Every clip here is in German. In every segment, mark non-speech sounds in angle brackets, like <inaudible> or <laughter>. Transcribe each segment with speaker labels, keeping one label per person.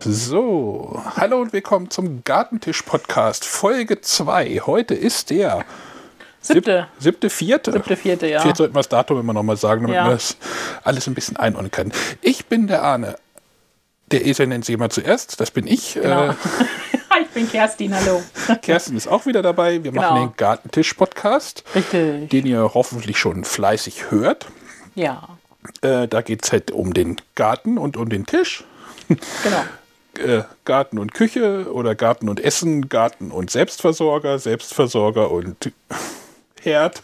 Speaker 1: So, hallo und willkommen zum Gartentisch-Podcast, Folge 2. Heute ist der
Speaker 2: Siebte.
Speaker 1: sieb- siebte, vierte.
Speaker 2: Siebte, vierte, ja.
Speaker 1: Vielleicht sollten wir das Datum immer nochmal sagen, damit
Speaker 2: Ja.
Speaker 1: wir das alles ein bisschen einordnen können. Ich bin der Arne. Der Esel nennt sich immer zuerst, das bin ich.
Speaker 2: Genau.
Speaker 1: Äh,
Speaker 2: <laughs> ich bin Kerstin, hallo.
Speaker 1: Kerstin ist auch wieder dabei. Wir
Speaker 2: Genau.
Speaker 1: machen den Gartentisch-Podcast,
Speaker 2: Richtig.
Speaker 1: den ihr hoffentlich schon fleißig hört.
Speaker 2: Ja,
Speaker 1: Äh, da geht es halt um den Garten und um den Tisch.
Speaker 2: genau.
Speaker 1: äh, Garten und Küche oder Garten und Essen, Garten und Selbstversorger, Selbstversorger und Herd.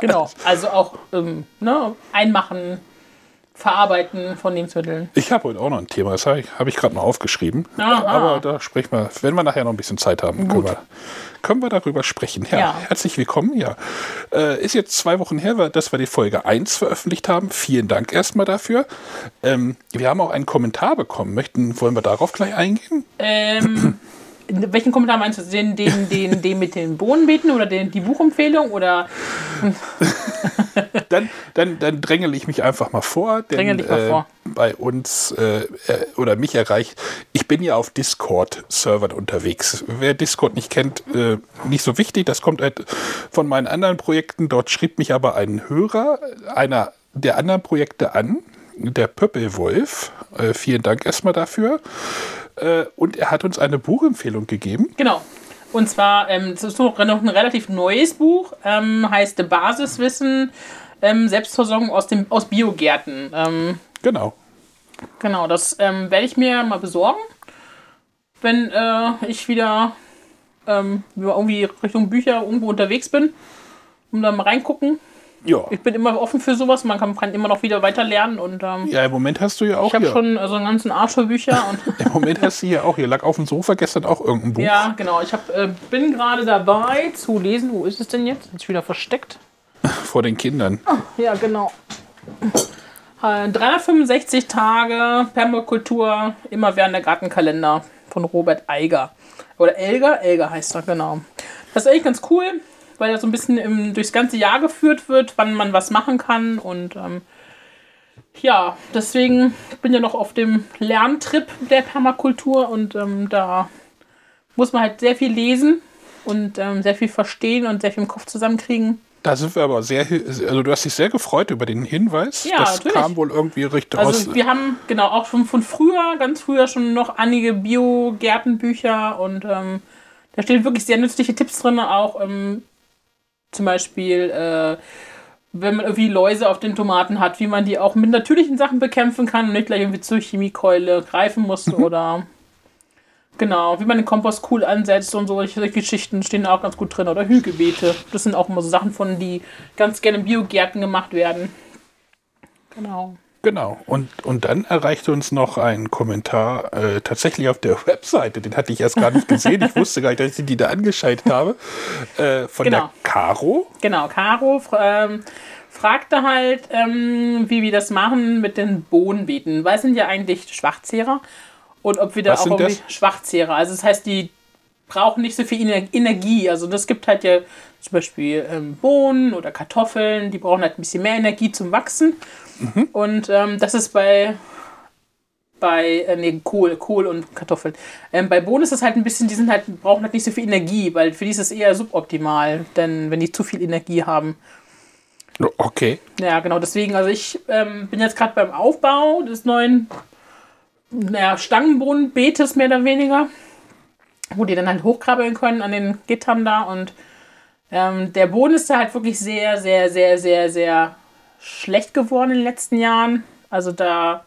Speaker 2: Genau. Also auch ähm, ne, einmachen, verarbeiten von Lebensmitteln.
Speaker 1: Ich habe heute auch noch ein Thema, das habe ich, hab ich gerade noch aufgeschrieben.
Speaker 2: Aha.
Speaker 1: Aber da sprechen wir, wenn wir nachher noch ein bisschen Zeit haben, können wir, können wir darüber sprechen. Ja,
Speaker 2: Ja.
Speaker 1: herzlich willkommen. Ja. Äh, ist jetzt zwei Wochen her, weil- dass wir die Folge 1 veröffentlicht haben. Vielen Dank erstmal dafür. Ähm, wir haben auch einen Kommentar bekommen. Möchten, wollen wir darauf gleich eingehen?
Speaker 2: Ähm, in welchen Kommentar meinst du? Den, den, den, den mit den Bohnenbeeten oder den, die Buchempfehlung? Oder
Speaker 1: dann, dann, dann drängel ich mich einfach mal vor. Denn,
Speaker 2: Drängel dich mal
Speaker 1: äh,
Speaker 2: vor.
Speaker 1: Bei uns äh, äh, oder mich erreicht. Ich bin ja auf Discord-Servern unterwegs. Wer Discord nicht kennt, äh, nicht so wichtig. Das kommt halt von meinen anderen Projekten. Dort schrieb mich aber ein Hörer einer der anderen Projekte an, der Pöppelwolf. Äh, vielen Dank erstmal dafür. Äh, und er hat uns eine Buchempfehlung gegeben.
Speaker 2: genau. Und zwar, ähm, es ist noch noch ein relativ neues Buch, ähm, heißt Basiswissen, ähm, Selbstversorgung aus, dem, aus Biogärten. Ähm,
Speaker 1: Genau.
Speaker 2: Genau, das ähm, werde ich mir mal besorgen, wenn äh, ich wieder ähm, irgendwie Richtung Bücher irgendwo unterwegs bin, um da mal reingucken.
Speaker 1: Ja.
Speaker 2: Ich bin immer offen für sowas, man kann, kann immer noch wieder weiter lernen und ähm,
Speaker 1: Ja, im Moment hast du ja auch
Speaker 2: ich habe
Speaker 1: hier.
Speaker 2: schon äh, so einen ganzen Arsch für Bücher und
Speaker 1: Im Moment hast du hier auch hier. Lag auf dem Sofa gestern auch irgendein Buch.
Speaker 2: ja, genau, ich hab, äh, bin gerade dabei zu lesen. Wo ist es denn jetzt? Jetzt wieder versteckt.
Speaker 1: vor den Kindern.
Speaker 2: Ja, genau. Äh, 365 Tage Permakultur, immer während der Gartenkalender von Robert Eiger. Oder Elger? Elger heißt er, genau. Das ist eigentlich ganz cool, weil er so ein bisschen im, durchs ganze Jahr geführt wird, wann man was machen kann. Und ähm, ja, deswegen ich bin ja noch auf dem Lerntrip der Permakultur und ähm, da muss man halt sehr viel lesen und ähm, sehr viel verstehen und sehr viel im Kopf zusammenkriegen.
Speaker 1: Da sind wir aber sehr, also du hast dich sehr gefreut über den Hinweis.
Speaker 2: Ja,
Speaker 1: das
Speaker 2: natürlich.
Speaker 1: kam wohl irgendwie richtig
Speaker 2: Also
Speaker 1: aus.
Speaker 2: wir haben genau auch schon von früher, ganz früher schon noch einige Bio-Gärtenbücher und ähm, da stehen wirklich sehr nützliche Tipps drin, auch ähm, zum Beispiel, äh, wenn man irgendwie Läuse auf den Tomaten hat, wie man die auch mit natürlichen Sachen bekämpfen kann und nicht gleich irgendwie zur Chemiekeule greifen muss oder genau, wie man den Kompost cool ansetzt und so, solche solche Geschichten stehen da auch ganz gut drin oder Hügelbeete. Das sind auch immer so Sachen von, die ganz gerne in Biogärten gemacht werden. Genau.
Speaker 1: Genau. Und, und dann erreichte uns noch ein Kommentar äh, tatsächlich auf der <laughs> Webseite. Den hatte ich erst gar nicht gesehen. ich wusste gar nicht, dass ich die da angeschaltet habe. Äh, von
Speaker 2: Genau.
Speaker 1: der Caro.
Speaker 2: Genau, Caro fra- ähm, fragte halt, ähm, wie wir das machen mit den Bohnenbeeten, weil es sind ja eigentlich Schwachzehrer und ob wir da
Speaker 1: Was
Speaker 2: auch
Speaker 1: sind
Speaker 2: irgendwie Schwachzehrer, also das heißt, die brauchen nicht so viel Ener- Energie, also das gibt halt ja zum Beispiel ähm, Bohnen oder Kartoffeln, die brauchen halt ein bisschen mehr Energie zum Wachsen und ähm, das ist bei bei äh, nee, Kohl, Kohl und Kartoffeln. Ähm, bei Bohnen ist es halt ein bisschen, die sind halt, brauchen halt nicht so viel Energie, weil für die ist es eher suboptimal, denn wenn die zu viel Energie haben.
Speaker 1: Okay.
Speaker 2: Ja, genau, deswegen, also ich ähm, bin jetzt gerade beim Aufbau des neuen naja, Stangenbohnenbeetes mehr oder weniger, wo die dann halt hochkrabbeln können an den Gittern da und ähm, der Boden ist da halt wirklich sehr, sehr, sehr, sehr, sehr schlecht geworden in den letzten Jahren. Also da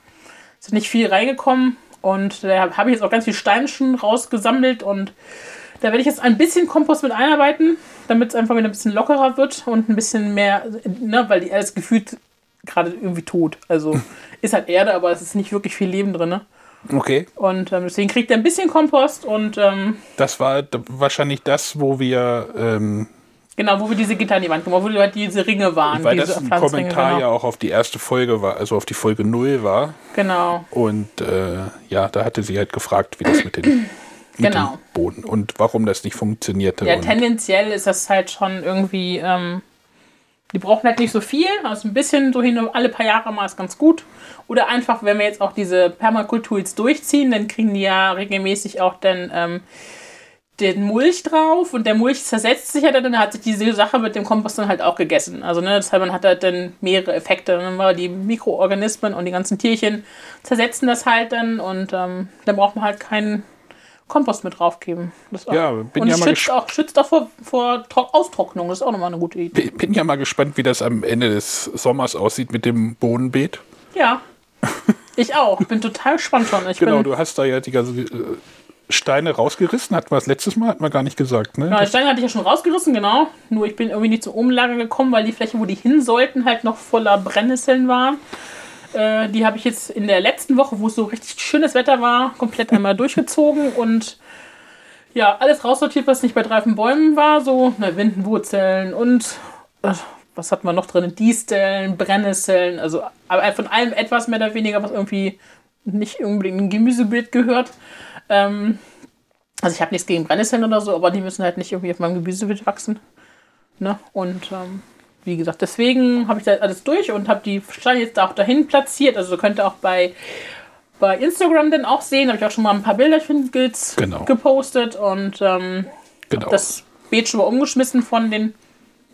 Speaker 2: ist nicht viel reingekommen und da habe ich jetzt auch ganz viel Steine schon rausgesammelt und da werde ich jetzt ein bisschen Kompost mit einarbeiten, damit es einfach wieder ein bisschen lockerer wird und ein bisschen mehr, ne, weil die alles gefühlt gerade irgendwie tot.
Speaker 1: <laughs>
Speaker 2: Also ist halt Erde, aber es ist nicht wirklich viel Leben drin. Ne?
Speaker 1: Okay.
Speaker 2: Und ähm, deswegen kriegt er ein bisschen Kompost und ähm,
Speaker 1: Das war d- wahrscheinlich das, wo wir, ähm,
Speaker 2: genau, wo wir diese Gitter an die Wand gemacht haben, wo halt diese Ringe waren.
Speaker 1: weil
Speaker 2: diese
Speaker 1: das ein
Speaker 2: Pflanzringe,
Speaker 1: Kommentar
Speaker 2: genau.
Speaker 1: ja auch auf die erste Folge war, also auf die Folge 0 war.
Speaker 2: Genau,
Speaker 1: Und äh, ja, da hatte sie halt gefragt, wie das mit
Speaker 2: <clears throat>
Speaker 1: den, mit
Speaker 2: Genau.
Speaker 1: dem Boden und warum das nicht funktionierte.
Speaker 2: Ja,
Speaker 1: und
Speaker 2: tendenziell ist das halt schon irgendwie ähm, Die brauchen halt nicht so viel, also ein bisschen so hin alle paar Jahre mal ist ganz gut. Oder einfach, wenn wir jetzt auch diese Permakultur jetzt durchziehen, dann kriegen die ja regelmäßig auch dann ähm, den Mulch drauf und der Mulch zersetzt sich ja dann, dann hat sich diese Sache mit dem Kompost dann halt auch gegessen. Also ne, deshalb man hat halt dann mehrere Effekte. Dann war die Mikroorganismen und die ganzen Tierchen zersetzen das halt dann und ähm, dann braucht man halt keinen Kompost mit draufgeben. Das ist auch-
Speaker 1: Ja, bin
Speaker 2: und
Speaker 1: ja
Speaker 2: es
Speaker 1: mal
Speaker 2: schützt
Speaker 1: gesp-
Speaker 2: auch, schützt auch vor, vor Tro- Austrocknung. Das ist auch nochmal eine gute Idee.
Speaker 1: Bin bin ja mal gespannt, wie das am Ende des Sommers aussieht mit dem Bohnenbeet.
Speaker 2: Ja. Ich auch. Bin total gespannt schon. Ich
Speaker 1: Genau,
Speaker 2: bin,
Speaker 1: du hast da ja die ganzen äh, Steine rausgerissen, hatten wir das letztes Mal, hat man gar nicht gesagt, ne?
Speaker 2: Ja, Genau, die Steine hatte ich ja schon rausgerissen, genau. Nur ich bin irgendwie nicht zur Umlage gekommen, weil die Fläche, wo die hin sollten, halt noch voller Brennnesseln war. Äh, die habe ich jetzt in der letzten Woche, wo es so richtig schönes Wetter war, komplett einmal <laughs> durchgezogen und ja, alles raussortiert, was nicht bei dreifen Bäumen war. So, na, Windenwurzeln und äh, was hatten wir noch drin? Disteln, Brennnesseln, also aber von allem etwas mehr oder weniger, was irgendwie nicht unbedingt in ein Gemüsebild gehört. Ähm, also ich habe nichts gegen Brennnesseln oder so, aber die müssen halt nicht irgendwie auf meinem Gemüsebeet wachsen. Ne? Und ähm, wie gesagt, deswegen habe ich da alles durch und habe die Steine jetzt auch dahin platziert. Also könnt ihr auch bei, bei Instagram dann auch sehen. Habe ich auch schon mal ein paar Bilder
Speaker 1: Genau.
Speaker 2: gepostet und ähm,
Speaker 1: genau.
Speaker 2: das Beet schon mal umgeschmissen von den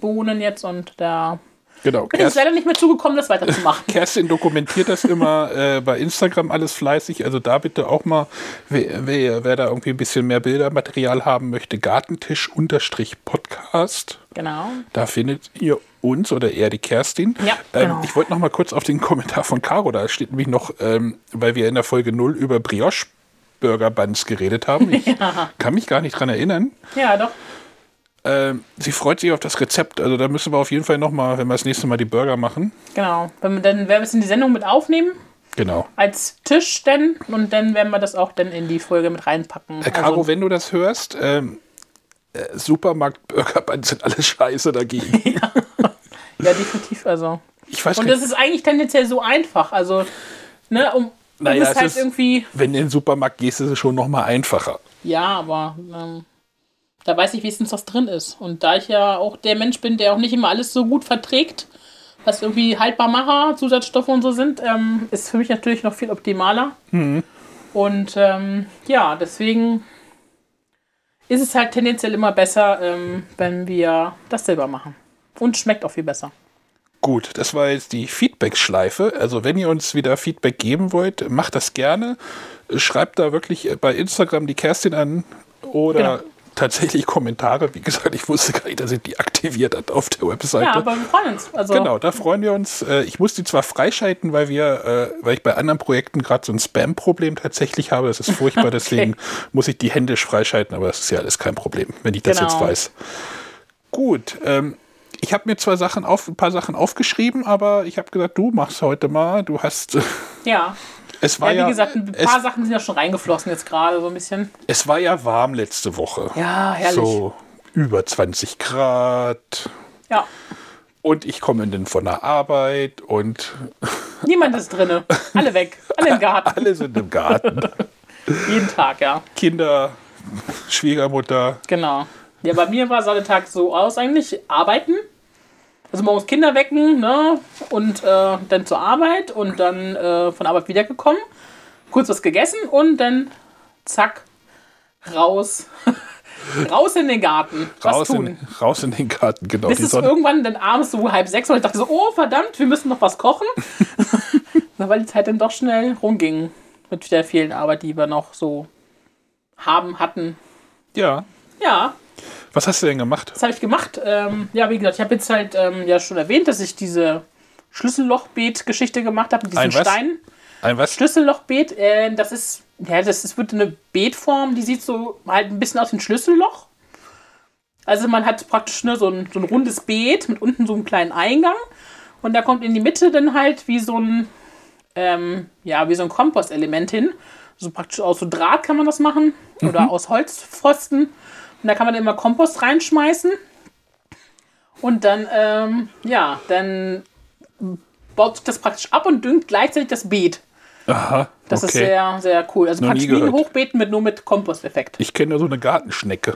Speaker 2: Bohnen jetzt und da <laughs>
Speaker 1: genau.
Speaker 2: bin ich
Speaker 1: Kerst,
Speaker 2: leider nicht mehr zugekommen, das weiterzumachen.
Speaker 1: Kerstin dokumentiert das immer äh, bei Instagram alles fleißig. Also da bitte auch mal, wer, wer, wer da irgendwie ein bisschen mehr Bildermaterial haben möchte, Gartentisch-Podcast.
Speaker 2: genau.
Speaker 1: Da findet ihr uns oder eher die Kerstin.
Speaker 2: Ja, genau.
Speaker 1: ähm, ich wollte noch mal kurz auf den Kommentar von Caro, da steht nämlich noch, ähm, weil wir in der Folge 0 über Brioche Burger Buns geredet haben.
Speaker 2: <laughs>
Speaker 1: Ich kann mich gar nicht dran erinnern.
Speaker 2: Ja, doch.
Speaker 1: Ähm, sie freut sich auf das Rezept. Also da müssen wir auf jeden Fall noch mal, wenn wir das nächste Mal die Burger machen.
Speaker 2: Genau. Wenn wir dann, werden wir es in die Sendung mit aufnehmen.
Speaker 1: Genau.
Speaker 2: als Tisch denn und dann werden wir das auch dann in die Folge mit reinpacken.
Speaker 1: Äh, Caro,
Speaker 2: also,
Speaker 1: wenn du das hörst, ähm, äh, Supermarkt Burger Buns sind alle scheiße
Speaker 2: <laughs>
Speaker 1: dagegen.
Speaker 2: ja, definitiv. Also.
Speaker 1: Ich weiß
Speaker 2: Und
Speaker 1: gar
Speaker 2: das
Speaker 1: nicht,
Speaker 2: ist eigentlich tendenziell so einfach. Also, ne, um
Speaker 1: Naja,
Speaker 2: um es
Speaker 1: es
Speaker 2: halt
Speaker 1: ist-
Speaker 2: irgendwie.
Speaker 1: wenn du in den Supermarkt gehst, ist es schon noch mal einfacher.
Speaker 2: Ja, aber ähm, da weiß ich wenigstens, was drin ist. Und da ich ja auch der Mensch bin, der auch nicht immer alles so gut verträgt, was irgendwie Haltbarmacher, Zusatzstoffe und so sind, ähm, ist für mich natürlich noch viel optimaler.
Speaker 1: Mhm.
Speaker 2: Und ähm, ja, deswegen ist es halt tendenziell immer besser, ähm, wenn wir das selber machen. Und schmeckt auch viel besser.
Speaker 1: Gut, das war jetzt die Feedback-Schleife. Also wenn ihr uns wieder Feedback geben wollt, macht das gerne. Schreibt da wirklich bei Instagram die Kerstin an oder
Speaker 2: Genau.
Speaker 1: tatsächlich Kommentare. Wie gesagt, ich wusste gar nicht, dass ihr die aktiviert hat auf der Webseite.
Speaker 2: Ja, aber wir freuen uns. Also,
Speaker 1: Genau, da freuen wir uns. Äh, Ich muss die zwar freischalten, weil wir, äh, weil ich bei anderen Projekten gerade so ein Spam-Problem tatsächlich habe.
Speaker 2: <laughs>
Speaker 1: Das ist furchtbar, deswegen muss ich die händisch freischalten, aber das ist ja alles kein Problem, wenn ich das
Speaker 2: Genau.
Speaker 1: jetzt weiß. Gut, ähm, ich habe mir zwar Sachen auf, ein paar Sachen aufgeschrieben, aber ich habe gesagt, du machst heute mal. Du hast, <laughs>
Speaker 2: Ja.
Speaker 1: es war
Speaker 2: ja,
Speaker 1: Ah, ja,
Speaker 2: wie gesagt, ein
Speaker 1: es,
Speaker 2: paar Sachen sind ja schon reingeflossen jetzt gerade so ein bisschen.
Speaker 1: es war ja warm letzte Woche.
Speaker 2: Ja, herrlich.
Speaker 1: So über 20 Grad.
Speaker 2: Ja.
Speaker 1: Und ich komme dann von der Arbeit und
Speaker 2: Niemand ist drinne. Alle weg. Alle im Garten.
Speaker 1: alle sind im Garten.
Speaker 2: Jeden Tag, ja.
Speaker 1: Kinder, Schwiegermutter.
Speaker 2: Genau. Ja, bei mir war sah der Tag so aus eigentlich. Arbeiten. Also morgens Kinder wecken, ne? Und äh, dann zur Arbeit und dann äh, von Arbeit wiedergekommen. Kurz was gegessen und dann zack, raus. <laughs> raus in den Garten. was
Speaker 1: Raus
Speaker 2: tun.
Speaker 1: in, raus in den Garten, genau.
Speaker 2: Bis
Speaker 1: die
Speaker 2: es
Speaker 1: Sonne.
Speaker 2: irgendwann dann abends so halb sechs war. Ich dachte so, oh verdammt, wir müssen noch was
Speaker 1: <laughs>
Speaker 2: kochen. Na, weil die Zeit dann doch schnell rumging mit der vielen Arbeit, die wir noch so haben hatten.
Speaker 1: ja.
Speaker 2: Ja,
Speaker 1: Was hast du denn gemacht?
Speaker 2: das habe ich gemacht. Ähm, ja, wie gesagt, ich habe jetzt halt ähm, ja schon erwähnt, dass ich diese Schlüssellochbeet-Geschichte gemacht habe mit diesen
Speaker 1: Ein was?
Speaker 2: Steinen.
Speaker 1: Ein was?
Speaker 2: Schlüssellochbeet, äh, das ist, ja, das ist, wird eine Beetform, die sieht so halt ein bisschen aus wie ein Schlüsselloch. Also man hat praktisch ne, so, ein, so ein rundes Beet mit unten so einem kleinen Eingang und da kommt in die Mitte dann halt wie so ein, ähm, ja, wie so ein Kompostelement hin. So praktisch aus so Draht kann man das machen oder aus Holzpfosten. Und da kann man dann immer Kompost reinschmeißen. Und dann, ähm, ja, dann baut sich das praktisch ab und düngt gleichzeitig das Beet.
Speaker 1: Aha.
Speaker 2: Das ist
Speaker 1: okay.
Speaker 2: sehr, sehr cool. Also
Speaker 1: Noch
Speaker 2: praktisch
Speaker 1: nie
Speaker 2: wie ein
Speaker 1: gehört.
Speaker 2: Hochbeeten mit nur mit Komposteffekt.
Speaker 1: ich kenne so eine Gartenschnecke.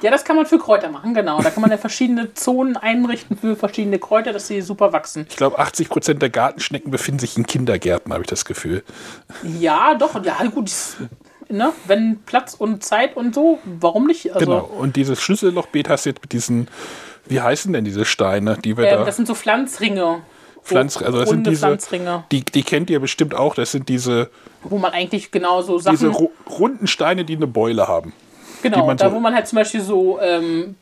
Speaker 2: Ja, das kann man für Kräuter machen, genau. Da kann man ja verschiedene Zonen einrichten für verschiedene Kräuter, dass sie super wachsen.
Speaker 1: Ich glaube, 80 Prozent der Gartenschnecken befinden sich in Kindergärten, habe ich das Gefühl.
Speaker 2: Ja, doch, ja, gut. ist- Ne? Wenn Platz und Zeit und so, warum nicht? Also,
Speaker 1: Genau. Und dieses Schlüssellochbeet hast du jetzt mit diesen, wie heißen denn diese Steine, die wir
Speaker 2: ähm,
Speaker 1: da.
Speaker 2: das sind so Pflanzringe.
Speaker 1: Pflanz,
Speaker 2: so
Speaker 1: also das sind
Speaker 2: runde
Speaker 1: diese,
Speaker 2: Pflanzringe,
Speaker 1: die, die kennt ihr bestimmt auch. Das sind diese,
Speaker 2: wo man eigentlich genau so Sachen,
Speaker 1: diese ru runden Steine, die eine Beule haben. die
Speaker 2: genau,
Speaker 1: man
Speaker 2: da
Speaker 1: so-
Speaker 2: wo man halt zum Beispiel so ähm,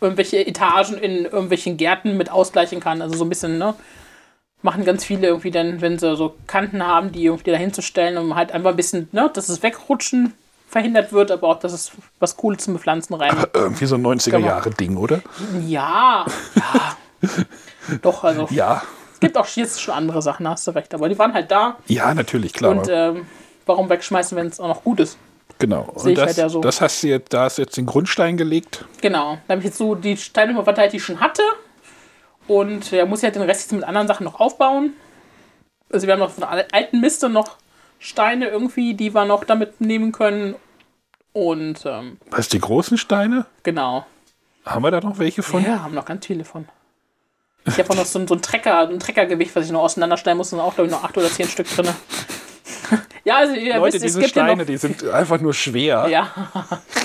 Speaker 2: irgendwelche Etagen in irgendwelchen Gärten mit ausgleichen kann, also so ein bisschen, ne, machen ganz viele irgendwie dann, wenn sie so Kanten haben, die irgendwie dahinzustellen, um halt einfach ein bisschen, ne, dass es wegrutschen verhindert wird, aber auch, dass es was Cooles zum Bepflanzen rein.
Speaker 1: <laughs> Irgendwie Ähm, so ein
Speaker 2: Genau.
Speaker 1: 90er-Jahre-Ding, oder?
Speaker 2: Ja, ja. Doch, also
Speaker 1: Ja.
Speaker 2: es gibt auch jetzt schon andere Sachen, da hast du recht. Aber die waren halt da.
Speaker 1: Ja, natürlich, klar.
Speaker 2: Und ähm, warum wegschmeißen, wenn es auch noch gut ist?
Speaker 1: genau.
Speaker 2: sehe
Speaker 1: Und
Speaker 2: ich
Speaker 1: das,
Speaker 2: halt ja so.
Speaker 1: das hast du jetzt, da hast du jetzt den Grundstein gelegt.
Speaker 2: Genau. Da habe ich jetzt so die Steine mal verteilt, die ich schon hatte. Und ja, muss ich halt den Rest jetzt mit anderen Sachen noch aufbauen. Also wir haben noch von der al- alten Miste noch Steine irgendwie, die wir noch damit nehmen können. Und ähm,
Speaker 1: Weißt du, die großen Steine?
Speaker 2: genau.
Speaker 1: Haben wir da noch welche von?
Speaker 2: Ja, haben noch ganz viele von. Ich habe auch noch so, ein- so ein Trecker, ein Treckergewicht, was ich noch auseinanderschneiden muss. Da sind auch, glaube ich, noch acht oder zehn Stück drin. <laughs> ja, also ihr
Speaker 1: Leute,
Speaker 2: wisst, es
Speaker 1: diese
Speaker 2: gibt
Speaker 1: Steine,
Speaker 2: ja
Speaker 1: die sind einfach nur schwer.
Speaker 2: noch... Ja,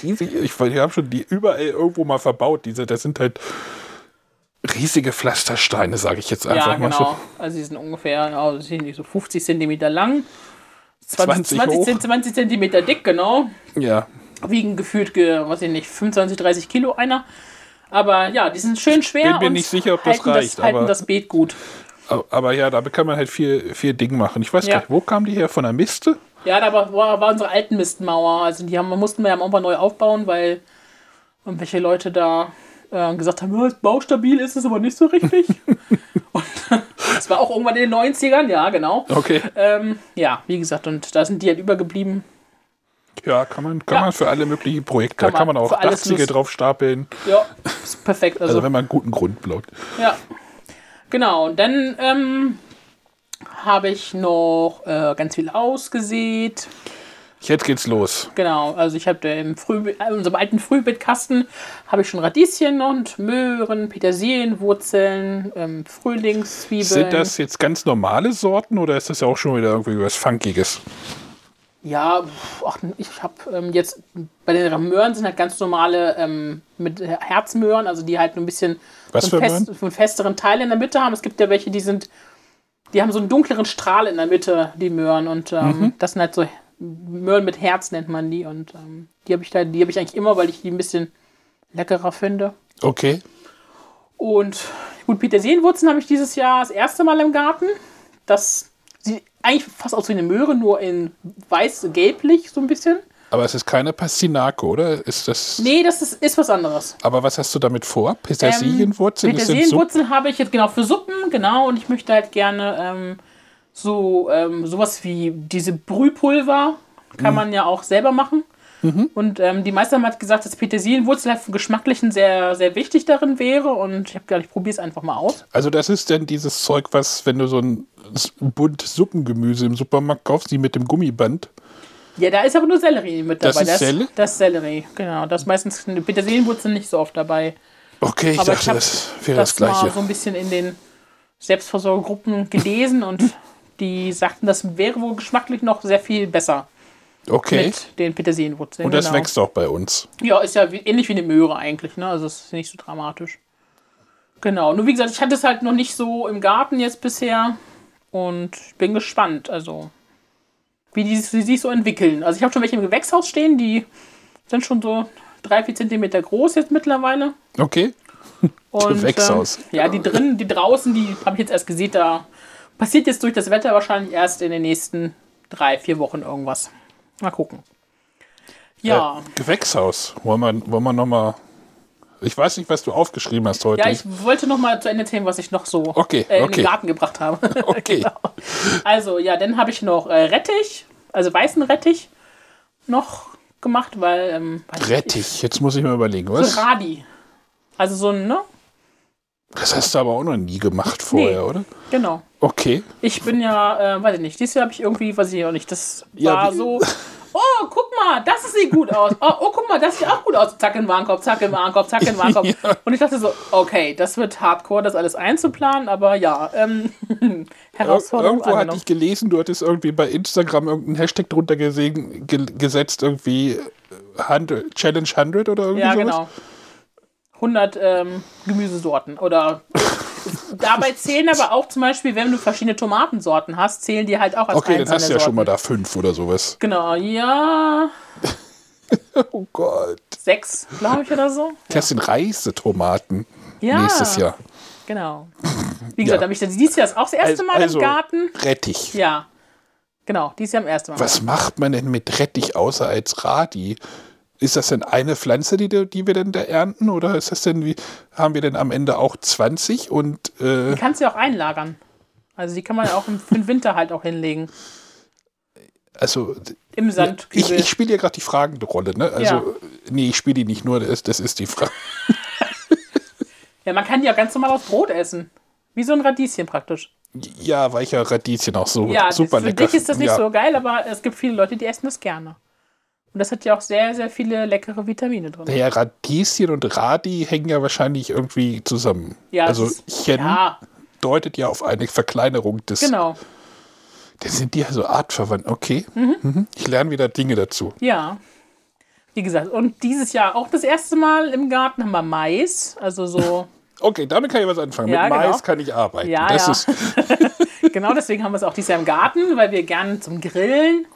Speaker 1: riesig. Ich, ich habe schon die überall irgendwo mal verbaut. Diese, das sind halt riesige Pflastersteine, sage ich jetzt einfach
Speaker 2: ja
Speaker 1: mal
Speaker 2: genau. Also die sind ungefähr ja, also die sind nicht so 50 Zentimeter lang. 20,
Speaker 1: 20 hoch.
Speaker 2: 20, 20 Zentimeter dick, genau.
Speaker 1: so. Ja.
Speaker 2: Wiegen gefühlt, ge, weiß ich nicht, 25, 30 Kilo einer. Aber ja, die sind schön schwer
Speaker 1: bin mir
Speaker 2: und
Speaker 1: nicht sicher, ob das
Speaker 2: halten
Speaker 1: reicht,
Speaker 2: das, halten
Speaker 1: aber-
Speaker 2: das Beet gut.
Speaker 1: Aber, aber ja, damit kann man halt viel, viel Ding machen. Ich weiß
Speaker 2: Ja.
Speaker 1: gar nicht, wo kam die her? Von der Miste?
Speaker 2: Ja, da war, war, war unsere alten Mistmauer. Also die haben, mussten wir ja am Anfang neu aufbauen, weil irgendwelche Leute da äh, gesagt haben, ja, ist baustabil ist es aber nicht
Speaker 1: <laughs>
Speaker 2: so richtig. Und <laughs> das war auch irgendwann in den 90ern, ja, genau.
Speaker 1: Okay.
Speaker 2: Ähm, ja, wie gesagt, und da sind die halt übergeblieben.
Speaker 1: Ja, kann man, kann
Speaker 2: Ja.
Speaker 1: man für alle möglichen Projekte.
Speaker 2: Kann
Speaker 1: da kann
Speaker 2: man
Speaker 1: man auch
Speaker 2: für alles
Speaker 1: 80er
Speaker 2: Lust.
Speaker 1: drauf stapeln.
Speaker 2: Ja, ist perfekt. Also,
Speaker 1: Also wenn man einen guten Grund baut.
Speaker 2: ja. Genau, und dann ähm, habe ich noch äh, ganz viel ausgesät.
Speaker 1: Jetzt geht's los.
Speaker 2: Genau, also ich habe im Früh, äh, in unserem alten Frühbeetkasten habe ich schon Radieschen und Möhren, Petersilienwurzeln, ähm, Frühlingszwiebeln.
Speaker 1: Sind das jetzt ganz normale Sorten oder ist das ja auch schon wieder irgendwie was Funkiges?
Speaker 2: Ja, pf, ach, ich habe ähm, jetzt bei den Möhren sind halt ganz normale ähm, mit Herzmöhren, also die halt nur ein bisschen
Speaker 1: Was
Speaker 2: so einen,
Speaker 1: für
Speaker 2: fest,
Speaker 1: Möhren?
Speaker 2: so einen festeren Teil in der Mitte haben. Es gibt ja welche, die sind, die haben so einen dunkleren Strahl in der Mitte, die Möhren. Und ähm,
Speaker 1: Mhm.
Speaker 2: das sind halt so Möhren mit Herz nennt man die. Und ähm, die habe ich da, die habe ich eigentlich immer, weil ich die ein bisschen leckerer finde.
Speaker 1: Okay.
Speaker 2: Und gut, Petersilienwurzeln habe ich dieses Jahr das erste Mal im Garten. Das sieht eigentlich fast aus wie eine Möhre, nur in weiß-gelblich so ein bisschen.
Speaker 1: Aber es ist keine Pastinake, oder? Ist das.
Speaker 2: Nee, das ist, ist was anderes.
Speaker 1: Aber was hast du damit vor? Petersilienwurzeln?
Speaker 2: Ähm,
Speaker 1: Das sind Suppen?
Speaker 2: Petersilienwurzeln habe ich jetzt genau für Suppen, genau. Und ich möchte halt gerne ähm, so ähm, sowas wie diese Brühpulver
Speaker 1: Mhm.
Speaker 2: kann man ja auch selber machen. Und ähm, die Meister haben halt gesagt, dass Petersilienwurzel halt vom Geschmacklichen sehr, sehr wichtig darin wäre. Und ich habe gedacht, ich probiere es einfach mal aus.
Speaker 1: Also das ist denn dieses Zeug, was, wenn du so ein S- Bund Suppengemüse im Supermarkt kaufst, die mit dem Gummiband.
Speaker 2: Ja, da ist aber nur Sellerie mit
Speaker 1: Das
Speaker 2: dabei.
Speaker 1: ist Selle?
Speaker 2: Das ist Sellerie, genau. Das ist meistens Petersilienwurzeln nicht so oft dabei.
Speaker 1: Okay, ich
Speaker 2: Aber ich
Speaker 1: dachte,
Speaker 2: hab
Speaker 1: das wäre das, Gleiche.
Speaker 2: mal so ein bisschen in den Selbstversorgergruppen gelesen und die sagten, das wäre wohl geschmacklich noch sehr viel besser
Speaker 1: okay.
Speaker 2: mit den Petersilienwurzeln.
Speaker 1: Und das
Speaker 2: genau.
Speaker 1: wächst auch bei uns.
Speaker 2: Ja, ist ja wie, ähnlich wie eine Möhre eigentlich, ne? Also es ist nicht so dramatisch. Genau. Nur wie gesagt, ich hatte es halt noch nicht so im Garten jetzt bisher und ich bin gespannt, also wie die, wie sich so entwickeln. Also ich habe schon welche im Gewächshaus stehen, die sind schon so drei, vier Zentimeter groß jetzt mittlerweile.
Speaker 1: Okay.
Speaker 2: Und,
Speaker 1: Gewächshaus.
Speaker 2: Ähm, ja, die drinnen, die draußen, die habe ich jetzt erst gesehen, da passiert jetzt durch das Wetter wahrscheinlich erst in den nächsten drei, vier Wochen irgendwas. Mal gucken. Ja.
Speaker 1: Äh, Gewächshaus. Wollen wir, wollen wir nochmal. Ich weiß nicht, was du aufgeschrieben hast heute.
Speaker 2: Ja, ich <laughs> wollte noch mal zu Ende erzählen, was ich noch so
Speaker 1: Okay,
Speaker 2: äh, in
Speaker 1: okay.
Speaker 2: den Garten gebracht habe. <laughs>
Speaker 1: okay.
Speaker 2: genau. also, ja, dann habe ich noch äh, Rettich, also weißen Rettich noch gemacht, weil ähm, weiß ich-
Speaker 1: Rettich. Jetzt muss ich mir überlegen,
Speaker 2: so
Speaker 1: was?
Speaker 2: Radi. Also so ein, ne?
Speaker 1: Das hast du aber auch noch nie gemacht vorher,
Speaker 2: Nee.
Speaker 1: oder?
Speaker 2: Genau.
Speaker 1: Okay.
Speaker 2: Ich bin ja, äh, weiß ich nicht, dieses Jahr habe ich irgendwie, weiß ich auch nicht, das
Speaker 1: Ja,
Speaker 2: war
Speaker 1: wie-
Speaker 2: so, oh, guck ah, das sieht gut aus. Oh, oh, guck mal, das sieht auch gut aus. Zack in den Warenkorb, zack in den Warenkorb, zack in den Warenkorb.
Speaker 1: <laughs> Ja.
Speaker 2: Und ich dachte so, okay, das wird hardcore, das alles einzuplanen, aber ja, ähm, <laughs> Herausforderung
Speaker 1: Irgendwo hatte
Speaker 2: angenommen.
Speaker 1: ich gelesen, du hattest irgendwie bei Instagram irgendeinen Hashtag drunter gesehen, ge gesetzt, irgendwie 100, Challenge 100 oder irgendwie
Speaker 2: Ja,
Speaker 1: sowas.
Speaker 2: genau. 100 ähm, Gemüsesorten
Speaker 1: <laughs>
Speaker 2: oder dabei zählen aber auch zum Beispiel, wenn du verschiedene Tomatensorten hast, zählen die halt auch als
Speaker 1: Okay, dann
Speaker 2: einzelne
Speaker 1: hast du ja
Speaker 2: Sorten.
Speaker 1: schon mal da fünf oder sowas.
Speaker 2: Genau, ja,
Speaker 1: Oh Gott.
Speaker 2: sechs, glaube ich, oder so.
Speaker 1: Das sind Reisetomaten
Speaker 2: Ja.
Speaker 1: nächstes Jahr. <laughs>
Speaker 2: Genau. Wie gesagt,
Speaker 1: Ja.
Speaker 2: habe ich das dieses Jahr ist auch das erste
Speaker 1: Al-
Speaker 2: Mal
Speaker 1: also-
Speaker 2: im Garten.
Speaker 1: Rettich.
Speaker 2: Ja. Genau, dieses Jahr im ersten Mal.
Speaker 1: Was macht man denn mit Rettich außer als Radi? Ist das denn eine Pflanze, die, du- die wir denn da ernten? Oder ist das denn, wie, haben wir denn am Ende auch 20 und äh,
Speaker 2: Die kannst du ja auch einlagern. Also die kann man ja auch im, für den Winter halt auch hinlegen.
Speaker 1: also
Speaker 2: Im
Speaker 1: ich,
Speaker 2: Sandkübel.
Speaker 1: ich spiele ja gerade die fragende Rolle, ne? Also,
Speaker 2: Ja.
Speaker 1: nee, ich spiele die nicht nur, das, das ist die Frage.
Speaker 2: Ja, man kann die ja ganz normal aus Brot essen. Wie so ein Radieschen praktisch.
Speaker 1: Ja, weicher Radieschen auch so
Speaker 2: Ja,
Speaker 1: super
Speaker 2: das, für
Speaker 1: lecker.
Speaker 2: dich ist das nicht
Speaker 1: ja.
Speaker 2: so geil, aber es gibt viele Leute, die essen das gerne. Und das hat ja auch sehr, sehr viele leckere Vitamine drin.
Speaker 1: Naja, Radieschen und Radi hängen ja wahrscheinlich irgendwie zusammen.
Speaker 2: Ja,
Speaker 1: also
Speaker 2: das ist-
Speaker 1: Chen
Speaker 2: ja,
Speaker 1: deutet ja auf eine Verkleinerung des.
Speaker 2: genau.
Speaker 1: Dann sind die also artverwandt. Okay. Mhm. Ich lerne wieder Dinge dazu.
Speaker 2: Ja. Wie gesagt, und dieses Jahr auch das erste Mal im Garten haben wir Mais. Also so,
Speaker 1: Okay, damit kann ich was anfangen.
Speaker 2: Ja,
Speaker 1: Mit Mais
Speaker 2: genau.
Speaker 1: kann ich arbeiten.
Speaker 2: Ja,
Speaker 1: das
Speaker 2: ja.
Speaker 1: ist
Speaker 2: genau deswegen haben wir es auch dieses Jahr im Garten, weil wir gerne zum Grillen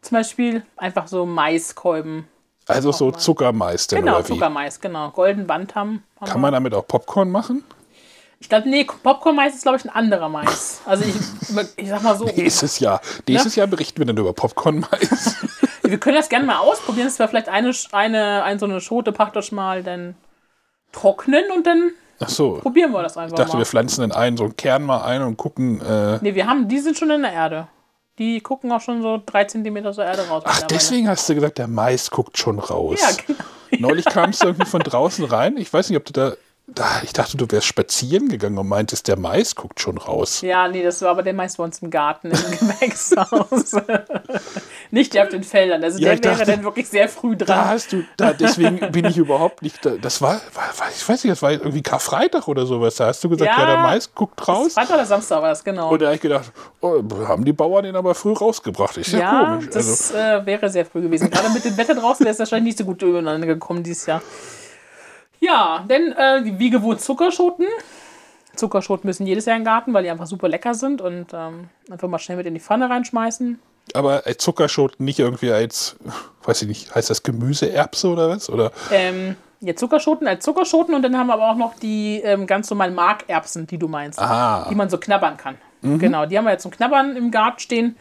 Speaker 2: zum Beispiel einfach so Maiskolben.
Speaker 1: also so Zuckermais denn
Speaker 2: Genau,
Speaker 1: oder wie?
Speaker 2: Zuckermais, genau. Golden Band haben. haben
Speaker 1: Kann
Speaker 2: wir.
Speaker 1: man damit auch Popcorn machen?
Speaker 2: Ich glaube, nee, Popcorn-Mais ist, glaube ich, ein anderer Mais. Also ich, <laughs> ich sag mal so,
Speaker 1: Nächstes Jahr. Nächstes Jahr berichten wir dann über Popcorn-Mais.
Speaker 2: <laughs> wir können das gerne mal ausprobieren, dass wir vielleicht eine, Sch- eine, eine so eine Schote praktisch mal dann trocknen und dann
Speaker 1: Ach so.
Speaker 2: probieren wir das einfach
Speaker 1: Ich dachte,
Speaker 2: mal.
Speaker 1: wir pflanzen dann einen, so einen Kern mal ein und gucken. Äh,
Speaker 2: Nee, wir haben, die sind schon in der Erde. Die gucken auch schon so drei Zentimeter zur Erde raus.
Speaker 1: Ach,
Speaker 2: mittlerweile.
Speaker 1: deswegen hast du gesagt, der Mais guckt schon raus.
Speaker 2: Ja, genau.
Speaker 1: <laughs> Neulich kamst du irgendwie von draußen rein. Ich weiß nicht, ob du da. da ich dachte, du wärst spazieren gegangen und meintest, der Mais guckt schon raus.
Speaker 2: Ja, nee, das war aber der meist bei uns im Garten, im <laughs> Gewächshaus. <laughs> nicht der auf den Feldern. Also
Speaker 1: Ja,
Speaker 2: der
Speaker 1: ich
Speaker 2: wäre
Speaker 1: dachte-
Speaker 2: dann wirklich sehr früh
Speaker 1: Da
Speaker 2: dran.
Speaker 1: hast du, da, deswegen bin ich überhaupt nicht. Da, das war, war, war, ich weiß nicht, das war irgendwie Karfreitag oder sowas. Da hast du gesagt, ja,
Speaker 2: Ja,
Speaker 1: der Mais guckt raus.
Speaker 2: Freitag oder Samstag war das, genau.
Speaker 1: Und da habe ich gedacht, oh, haben die Bauern den aber früh rausgebracht. Ist ja,
Speaker 2: ja,
Speaker 1: komisch. Also,
Speaker 2: das äh, wäre sehr früh gewesen. Gerade mit dem Wetter draußen wäre es wahrscheinlich nicht so gut übereinander gekommen dieses Jahr. Ja, denn äh, wie gewohnt Zuckerschoten. Zuckerschoten müssen jedes Jahr in den Garten, weil die einfach super lecker sind und ähm, einfach mal schnell mit in die Pfanne reinschmeißen.
Speaker 1: aber als Zuckerschoten nicht irgendwie als, weiß ich nicht, heißt das Gemüseerbse oder was? Oder
Speaker 2: Ähm, ja, Zuckerschoten als Zuckerschoten und dann haben wir aber auch noch die ähm, ganz normalen Markerbsen, die du meinst,
Speaker 1: Ah. Mhm.
Speaker 2: die man so knabbern kann. Genau, die haben wir jetzt zum Knabbern im Garten stehen.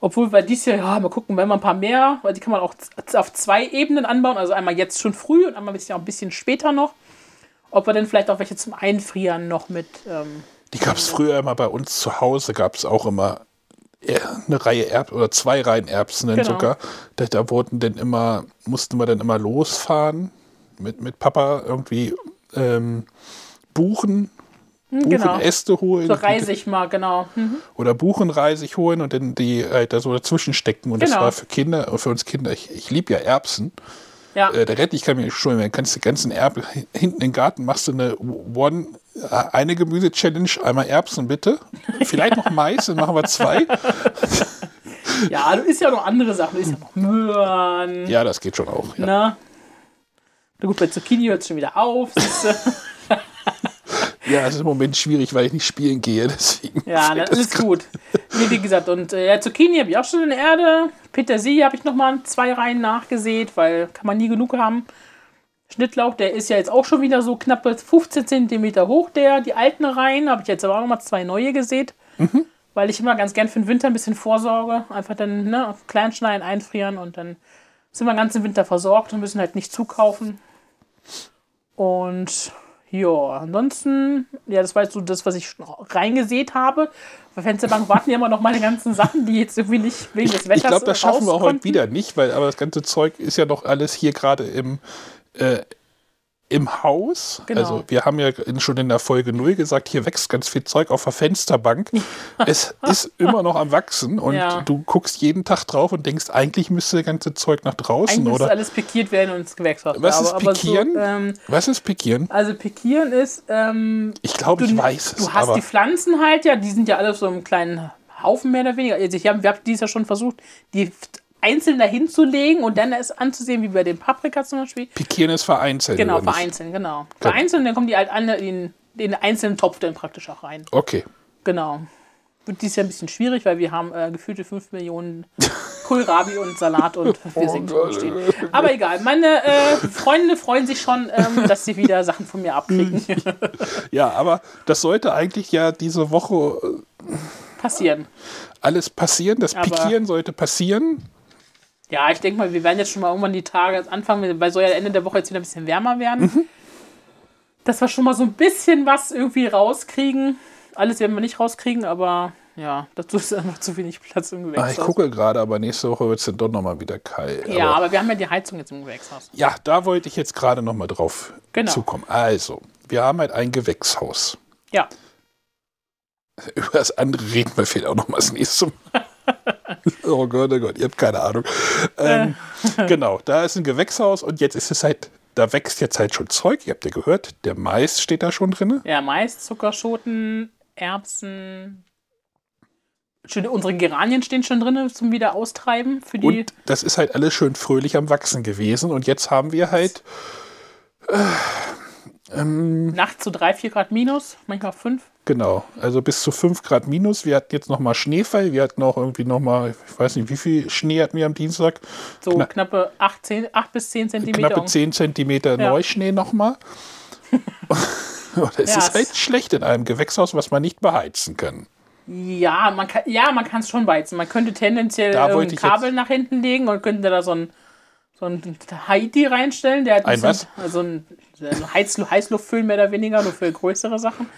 Speaker 2: Obwohl wir dies Jahr, ja, mal gucken, wenn wir ein paar mehr, weil die kann man auch z- auf zwei Ebenen anbauen, also einmal jetzt schon früh und einmal ein bisschen, auch ein bisschen später noch. Ob wir dann vielleicht auch welche zum Einfrieren noch mit. Ähm,
Speaker 1: Die gab es früher immer bei uns zu Hause, gab es auch immer äh, eine Reihe Erbsen oder zwei Reihen Erbsen denn
Speaker 2: Genau.
Speaker 1: sogar. Da, da wurden denn immer, mussten wir dann immer losfahren mit, mit Papa irgendwie ähm, Buchen,
Speaker 2: genau.
Speaker 1: Buchenäste holen.
Speaker 2: so reisig mal, genau. Mhm.
Speaker 1: Oder Buchenreisig holen und dann die äh, da so dazwischen stecken. Und das
Speaker 2: Genau.
Speaker 1: war für Kinder, für uns Kinder, ich, ich liebe ja Erbsen.
Speaker 2: Ja.
Speaker 1: Äh, der Rettich kann mir nicht schulden. Dann kannst du die ganzen Erb hinten im Garten machst du eine One, äh, eine Gemüse-Challenge, einmal Erbsen bitte. Vielleicht noch Mais, dann machen wir zwei.
Speaker 2: ja, du isst ja noch andere Sachen, du isst ja noch Möhren.
Speaker 1: Ja, das geht schon auch. Ja.
Speaker 2: Na? Na gut, bei Zucchini hört es schon wieder auf. siehste.
Speaker 1: ja, es ist im Moment schwierig, weil ich nicht spielen gehe. <laughs> Deswegen.
Speaker 2: <laughs> Ja, das ist gut. Nee, wie gesagt, und äh, ja, Zucchini habe ich auch schon in der Erde. Petersilie habe ich nochmal zwei Reihen nachgesät, weil kann man nie genug haben. Schnittlauch, der ist ja jetzt auch schon wieder so knapp 15 Zentimeter hoch, der. Die alten Reihen habe ich jetzt aber auch nochmal zwei neue gesät. Weil ich immer ganz gern für den Winter ein bisschen vorsorge. Einfach dann ne, klein schneiden, einfrieren und dann sind wir den ganzen Winter versorgt und müssen halt nicht zukaufen. Und ja, ansonsten, ja, das war jetzt so das, was ich schon reingesät habe. Bei Fensterbank warten ja immer noch meine ganzen Sachen, die jetzt irgendwie nicht wegen des Wetters
Speaker 1: Ich glaube, das schaffen wir auch
Speaker 2: raus
Speaker 1: heute
Speaker 2: konnten.
Speaker 1: wieder nicht, weil aber das ganze Zeug ist ja noch alles hier gerade im, äh, im Haus.
Speaker 2: Genau.
Speaker 1: Also wir haben ja in- schon in der Folge 0 gesagt, hier wächst ganz viel Zeug auf der
Speaker 2: <laughs>
Speaker 1: Fensterbank. es ist immer noch am Wachsen und
Speaker 2: Ja.
Speaker 1: du guckst jeden Tag drauf und denkst, eigentlich müsste das ganze Zeug nach draußen
Speaker 2: Eigentlich müsste
Speaker 1: oder.
Speaker 2: alles pikiert werden und ins Gewächshaus.
Speaker 1: Was
Speaker 2: aber-
Speaker 1: ist
Speaker 2: aber
Speaker 1: pikieren?
Speaker 2: So, ähm,
Speaker 1: Was ist Pikieren?
Speaker 2: also pikieren ist, ähm,
Speaker 1: Ich glaube,
Speaker 2: du,
Speaker 1: ich weiß es.
Speaker 2: du hast
Speaker 1: aber
Speaker 2: die Pflanzen halt ja, die sind ja alle auf so einem kleinen Haufen mehr oder weniger. Also ich hab, wir haben dies ja schon versucht, die f- einzeln dahin zu legen und dann es anzusehen, wie bei den Paprika zum Beispiel.
Speaker 1: Pikieren ist vereinzelt.
Speaker 2: Genau,
Speaker 1: oder nicht?
Speaker 2: vereinzeln, genau.
Speaker 1: Genau.
Speaker 2: Vereinzeln, dann kommen die halt alle in den einzelnen Topf dann praktisch auch rein.
Speaker 1: Okay.
Speaker 2: Genau. Wird dies Jahr ein bisschen schwierig, weil wir haben äh, gefühlte
Speaker 1: <laughs>
Speaker 2: 5 Millionen Kohlrabi und Salat und wir sind
Speaker 1: Oh,
Speaker 2: oh, stehen. Aber egal, meine äh, Freunde freuen sich schon, ähm, dass sie wieder Sachen von mir abkriegen.
Speaker 1: Hm. Ja, aber das sollte eigentlich ja diese Woche äh,
Speaker 2: Passieren.
Speaker 1: alles passieren. Das
Speaker 2: Aber-
Speaker 1: Pikieren sollte passieren.
Speaker 2: Ja, ich denke mal, wir werden jetzt schon mal irgendwann die Tage anfangen, weil soll ja Ende der Woche jetzt wieder ein bisschen wärmer werden.
Speaker 1: Mhm.
Speaker 2: Dass wir schon mal so ein bisschen was irgendwie rauskriegen. Alles werden wir nicht rauskriegen, aber ja, dazu ist einfach zu wenig Platz im
Speaker 1: Ah, ich
Speaker 2: Gewächshaus.
Speaker 1: gucke gerade, aber nächste Woche wird es dann doch nochmal wieder kalt.
Speaker 2: ja,
Speaker 1: aber,
Speaker 2: aber wir haben ja die Heizung jetzt im Gewächshaus.
Speaker 1: ja da wollte ich jetzt gerade nochmal drauf
Speaker 2: Genau.
Speaker 1: zukommen. Also, wir haben halt ein Gewächshaus. <laughs>
Speaker 2: Ja.
Speaker 1: Über das andere reden wir vielleicht auch nochmal das nächste Mal.
Speaker 2: <laughs>
Speaker 1: oh Gott, oh Gott, ihr habt keine Ahnung.
Speaker 2: <laughs>
Speaker 1: Ähm, genau, da ist ein Gewächshaus und jetzt ist es halt, da wächst jetzt halt schon Zeug. Ihr habt ja gehört, der Mais steht da schon drin.
Speaker 2: Ja, Mais, Zuckerschoten, Erbsen. Schön, unsere Geranien stehen schon drin zum wieder austreiben für die.
Speaker 1: Und das ist halt alles schön fröhlich am Wachsen gewesen. Und jetzt haben wir halt
Speaker 2: Nachts so drei, vier Grad minus, manchmal fünf.
Speaker 1: Genau, also bis zu 5 Grad minus. Wir hatten jetzt nochmal Schneefall. Wir hatten auch irgendwie nochmal, ich weiß nicht, wie viel Schnee hatten wir am Dienstag?
Speaker 2: So
Speaker 1: Kna-
Speaker 2: knappe acht, zehn, acht bis zehn Zentimeter.
Speaker 1: Knappe
Speaker 2: um-
Speaker 1: 10 Zentimeter
Speaker 2: Ja.
Speaker 1: Neuschnee
Speaker 2: <laughs>
Speaker 1: nochmal. es
Speaker 2: Ja,
Speaker 1: ist
Speaker 2: es-
Speaker 1: halt schlecht in einem Gewächshaus, was man nicht beheizen kann.
Speaker 2: Ja, man kann ja, man kann es schon beizen. Man könnte tendenziell
Speaker 1: Da
Speaker 2: ähm,
Speaker 1: wollte ich
Speaker 2: Kabel
Speaker 1: jetzt-
Speaker 2: nach hinten legen und könnte da so einen so einen Heidi reinstellen, der hat
Speaker 1: Ein
Speaker 2: bisschen- also ein also Heiz, Heißluftföhn mehr oder weniger, nur für größere Sachen.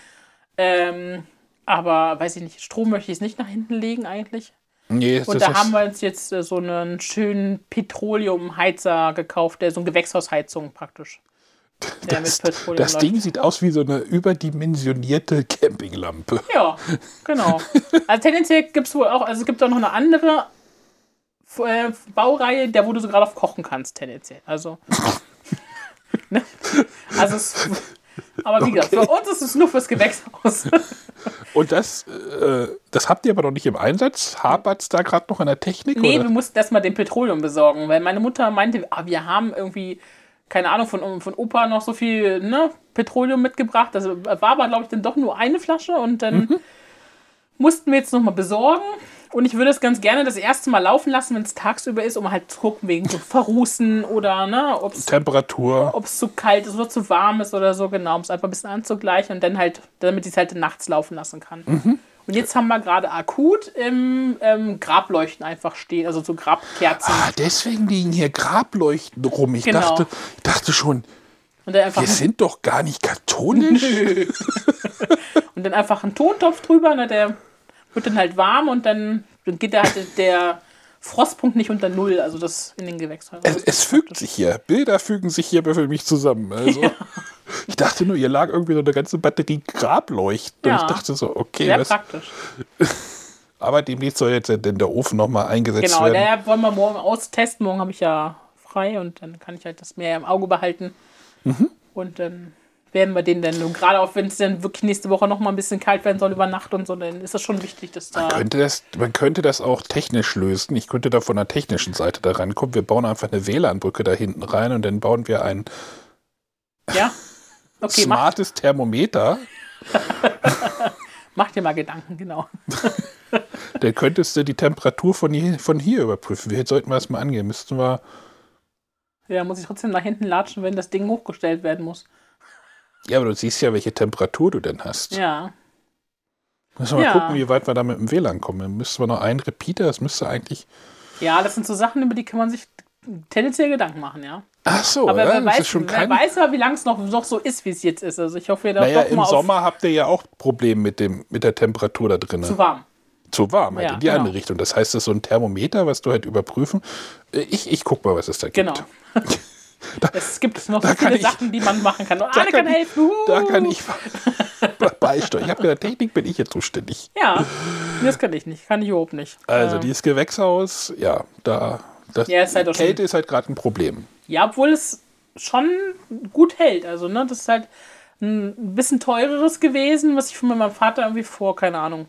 Speaker 2: Ähm, aber weiß ich nicht, Strom möchte ich es nicht nach hinten legen eigentlich.
Speaker 1: Nee, das
Speaker 2: Und
Speaker 1: ist
Speaker 2: da haben wir uns jetzt äh, so einen schönen Petroleumheizer gekauft, der so eine Gewächshausheizung praktisch. Der
Speaker 1: das,
Speaker 2: Petroleum
Speaker 1: das
Speaker 2: läuft.
Speaker 1: Ding sieht aus wie so eine überdimensionierte <laughs> Campinglampe.
Speaker 2: Ja, genau. Also tendenziell gibt es wohl auch, also es gibt auch noch eine andere äh, Baureihe, der wo du so gerade auf kochen kannst, tendenziell. Also. <laughs> ne? Also es, aber wie gesagt, für uns ist es nur fürs Gewächshaus.
Speaker 1: Und das, äh, das habt ihr aber noch nicht im Einsatz. Hapert es da gerade noch an der Technik?
Speaker 2: Nee, wir
Speaker 1: oder?
Speaker 2: mussten erstmal den Petroleum besorgen, weil meine Mutter meinte, ah, wir haben irgendwie, keine Ahnung, von, von Opa noch so viel ne, Petroleum mitgebracht. Das war aber, glaube ich, dann doch nur eine Flasche und dann mussten wir jetzt nochmal besorgen. Und ich würde es ganz gerne das erste Mal laufen lassen, wenn es tagsüber ist, um halt zu gucken, wegen so Verrußen oder ne, ob es
Speaker 1: Temperatur.
Speaker 2: ob es zu kalt ist oder zu warm ist oder so, genau, um es einfach ein bisschen anzugleichen und dann halt, damit ich es halt nachts laufen lassen kann.
Speaker 1: Mhm.
Speaker 2: Und jetzt haben wir gerade akut im ähm, Grableuchten einfach stehen, also so Grabkerzen.
Speaker 1: Ah, deswegen liegen hier Grableuchten rum. Ich
Speaker 2: Genau.
Speaker 1: dachte, ich dachte schon,
Speaker 2: Und dann einfach,
Speaker 1: Wir sind doch gar nicht katholisch.
Speaker 2: und dann einfach einen Tontopf drüber, ne, der wird dann halt warm und dann, dann geht der halt der Frostpunkt nicht unter Null, also das in den Gewächshäusern.
Speaker 1: es, es fügt sich hier. Bilder fügen sich hier für mich zusammen. Also, Ich dachte nur, hier lag irgendwie so eine ganze Batterie Grableuchten. Und
Speaker 2: Ja.
Speaker 1: ich dachte so, okay,
Speaker 2: Sehr
Speaker 1: was?
Speaker 2: praktisch.
Speaker 1: aber demnächst soll jetzt denn der Ofen nochmal eingesetzt
Speaker 2: Genau,
Speaker 1: werden.
Speaker 2: daher wollen wir morgen austesten. Morgen habe ich ja frei und dann kann ich halt das mehr im Auge behalten.
Speaker 1: Mhm.
Speaker 2: Und dann werden wir den dann, und gerade auch wenn es dann wirklich nächste Woche noch mal ein bisschen kalt werden soll über Nacht und so, dann ist das schon wichtig, dass da.
Speaker 1: Könnte das, man könnte das auch technisch lösen. Ich könnte da von der technischen Seite da rankommen. Wir bauen einfach eine WLAN-Brücke da hinten rein und dann bauen wir ein
Speaker 2: Ja? Okay, mach,
Speaker 1: smartes Thermometer.
Speaker 2: mach dir mal Gedanken, genau.
Speaker 1: Dann könntest du die Temperatur von hier, von hier überprüfen. Wie sollten wir das mal angehen? Müssten wir
Speaker 2: Ja, muss ich trotzdem nach hinten latschen, wenn das Ding hochgestellt werden muss.
Speaker 1: Ja, aber du siehst ja, welche Temperatur du denn hast.
Speaker 2: Ja.
Speaker 1: Müssen wir mal
Speaker 2: Ja.
Speaker 1: gucken, wie weit wir da mit dem WLAN kommen. Dann müssten wir noch einen Repeater, das müsste eigentlich.
Speaker 2: Ja, das sind so Sachen, über die kann man sich tendenziell Gedanken machen, ja.
Speaker 1: Ach so,
Speaker 2: Aber
Speaker 1: ja,
Speaker 2: wer,
Speaker 1: das
Speaker 2: weiß,
Speaker 1: ist schon
Speaker 2: wer
Speaker 1: kein.
Speaker 2: weiß aber, wie lange es noch, noch so ist, wie es jetzt ist. Also ich hoffe, ihr da
Speaker 1: naja,
Speaker 2: doch
Speaker 1: im
Speaker 2: mal
Speaker 1: Sommer habt ihr ja auch Probleme mit, dem, mit der Temperatur da drin.
Speaker 2: auf zu warm.
Speaker 1: Zu warm, halt
Speaker 2: Ja,
Speaker 1: in die
Speaker 2: genau.
Speaker 1: andere Richtung. Das heißt, das ist so ein Thermometer, was du halt überprüfen. Äh, Ich, ich guck mal, was es <laughs> da gibt.
Speaker 2: Genau. es gibt noch
Speaker 1: da
Speaker 2: so
Speaker 1: kann
Speaker 2: viele
Speaker 1: ich-
Speaker 2: Sachen, die man machen kann. Und alle
Speaker 1: kann
Speaker 2: kann
Speaker 1: ich-
Speaker 2: helfen. Uh. Uhu.
Speaker 1: Da kann ich
Speaker 2: Oh.
Speaker 1: <laughs> beisteuern. Ich habe gedacht, Technik bin ich jetzt zuständig.
Speaker 2: Ja, das kann ich nicht. Kann ich überhaupt nicht.
Speaker 1: Also
Speaker 2: Ähm,
Speaker 1: dieses Gewächshaus, ja, da das
Speaker 2: Ja, ist halt auch
Speaker 1: Kälte ist halt gerade ein Problem.
Speaker 2: Ja, obwohl es schon gut hält. Also, ne, das ist halt ein bisschen teureres gewesen, was ich von meinem Vater irgendwie vor, keine Ahnung,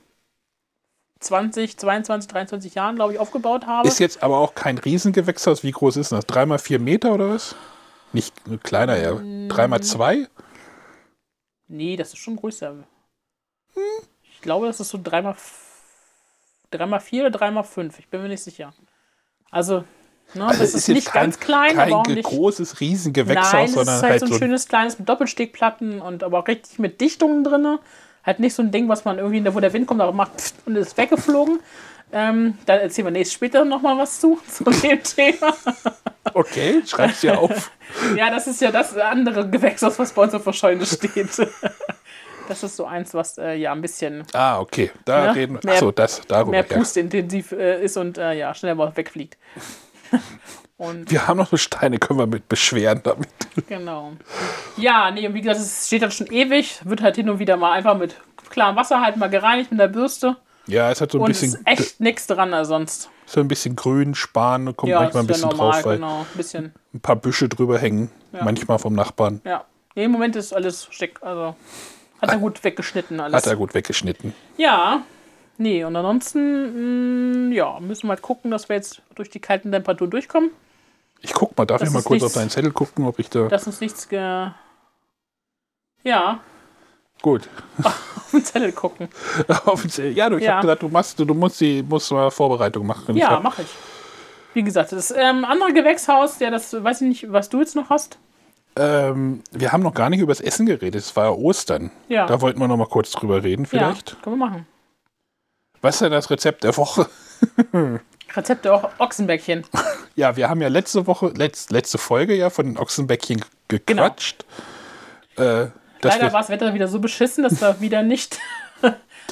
Speaker 2: 20, 22, 23 Jahren, glaube ich, aufgebaut habe.
Speaker 1: Ist jetzt aber auch kein Riesengewächshaus. Wie groß ist denn das? Dreimal vier Meter oder was? Nicht äh, kleiner, ja.
Speaker 2: Mm.
Speaker 1: Dreimal zwei?
Speaker 2: nee, das ist schon größer.
Speaker 1: Hm?
Speaker 2: Ich glaube, das ist so 3x, 3x4 oder 3x5. Ich bin mir nicht sicher. Also, ne, das ist, nicht ganz klein,
Speaker 1: kein
Speaker 2: aber auch
Speaker 1: ge-
Speaker 2: nicht.
Speaker 1: großes Riesengewächshaus,
Speaker 2: Nein, das ist
Speaker 1: sondern
Speaker 2: halt,
Speaker 1: halt
Speaker 2: so ein
Speaker 1: so ein
Speaker 2: schönes kleines mit Doppelstegplatten und aber auch richtig mit Dichtungen drin. Halt nicht so ein Ding, was man irgendwie, wo der Wind kommt, aber macht pfft und ist weggeflogen. Ähm, dann erzählen wir nächstes später nochmal was zu, <laughs> zu dem Thema.
Speaker 1: Okay, schreib's dir
Speaker 2: <laughs>
Speaker 1: auf.
Speaker 2: Ja, das ist ja das andere Gewächshaus, was bei uns auf der Scheune steht. <laughs> Das ist so eins, was äh, ja ein bisschen
Speaker 1: Ah, okay. Da
Speaker 2: Ja,
Speaker 1: reden wir.
Speaker 2: mehr-
Speaker 1: Achso, das darüber.
Speaker 2: mehr
Speaker 1: Ja.
Speaker 2: pustintensiv äh, ist und äh, ja, schnell
Speaker 1: <laughs>
Speaker 2: mal wegfliegt. Und
Speaker 1: Wir haben noch so Steine, können wir mit beschweren damit.
Speaker 2: Genau. Ja, nee, und wie gesagt, es steht dann schon ewig, wird halt hin und wieder mal einfach mit klarem Wasser halt mal gereinigt mit der Bürste
Speaker 1: Ja, es hat so ein
Speaker 2: und es
Speaker 1: bisschen
Speaker 2: ist echt nichts dran als sonst.
Speaker 1: so ein bisschen grün, Span, kommt
Speaker 2: Ja,
Speaker 1: manchmal ein
Speaker 2: ist
Speaker 1: bisschen
Speaker 2: ja normal,
Speaker 1: drauf, weil
Speaker 2: genau. Ein bisschen,
Speaker 1: ein paar Büsche drüber hängen, manchmal vom Nachbarn.
Speaker 2: ja. Nee, im Moment ist alles schick, also hat er gut weggeschnitten
Speaker 1: Ah. Hat er
Speaker 2: alles.
Speaker 1: gut weggeschnitten.
Speaker 2: Ja. Nee, und ansonsten, mh, ja, müssen wir halt gucken, dass wir jetzt durch die kalten Temperaturen durchkommen,
Speaker 1: Ich guck mal, darf
Speaker 2: Das
Speaker 1: ich mal
Speaker 2: ist
Speaker 1: kurz auf
Speaker 2: nichts-
Speaker 1: deinen Zettel gucken, ob ich da.
Speaker 2: dass uns nichts ge... Ja,
Speaker 1: gut. <laughs>
Speaker 2: <laughs> auf den Zettel gucken.
Speaker 1: Auf den Zettel. ja, du, ich
Speaker 2: Ja.
Speaker 1: hab gesagt, du machst, du musst die musst mal Vorbereitung machen.
Speaker 2: Ja,
Speaker 1: ich hab,
Speaker 2: mache ich. Wie gesagt, das ähm, andere Gewächshaus, ja, das weiß ich nicht, was du jetzt noch hast.
Speaker 1: ähm, wir haben noch gar nicht über das Essen geredet. Es war ja Ostern.
Speaker 2: Ja.
Speaker 1: Da wollten wir noch mal kurz drüber reden, vielleicht.
Speaker 2: Ja, können wir machen.
Speaker 1: Was ist denn das Rezept der Woche? <laughs>
Speaker 2: Rezepte auch Ochsenbäckchen.
Speaker 1: Ja, wir haben ja letzte Woche, letz, letzte Folge ja von den Ochsenbäckchen gequatscht. Äh, dass
Speaker 2: Genau. Leider
Speaker 1: wir
Speaker 2: war das Wetter wieder so beschissen,
Speaker 1: <laughs>
Speaker 2: dass wir wieder nicht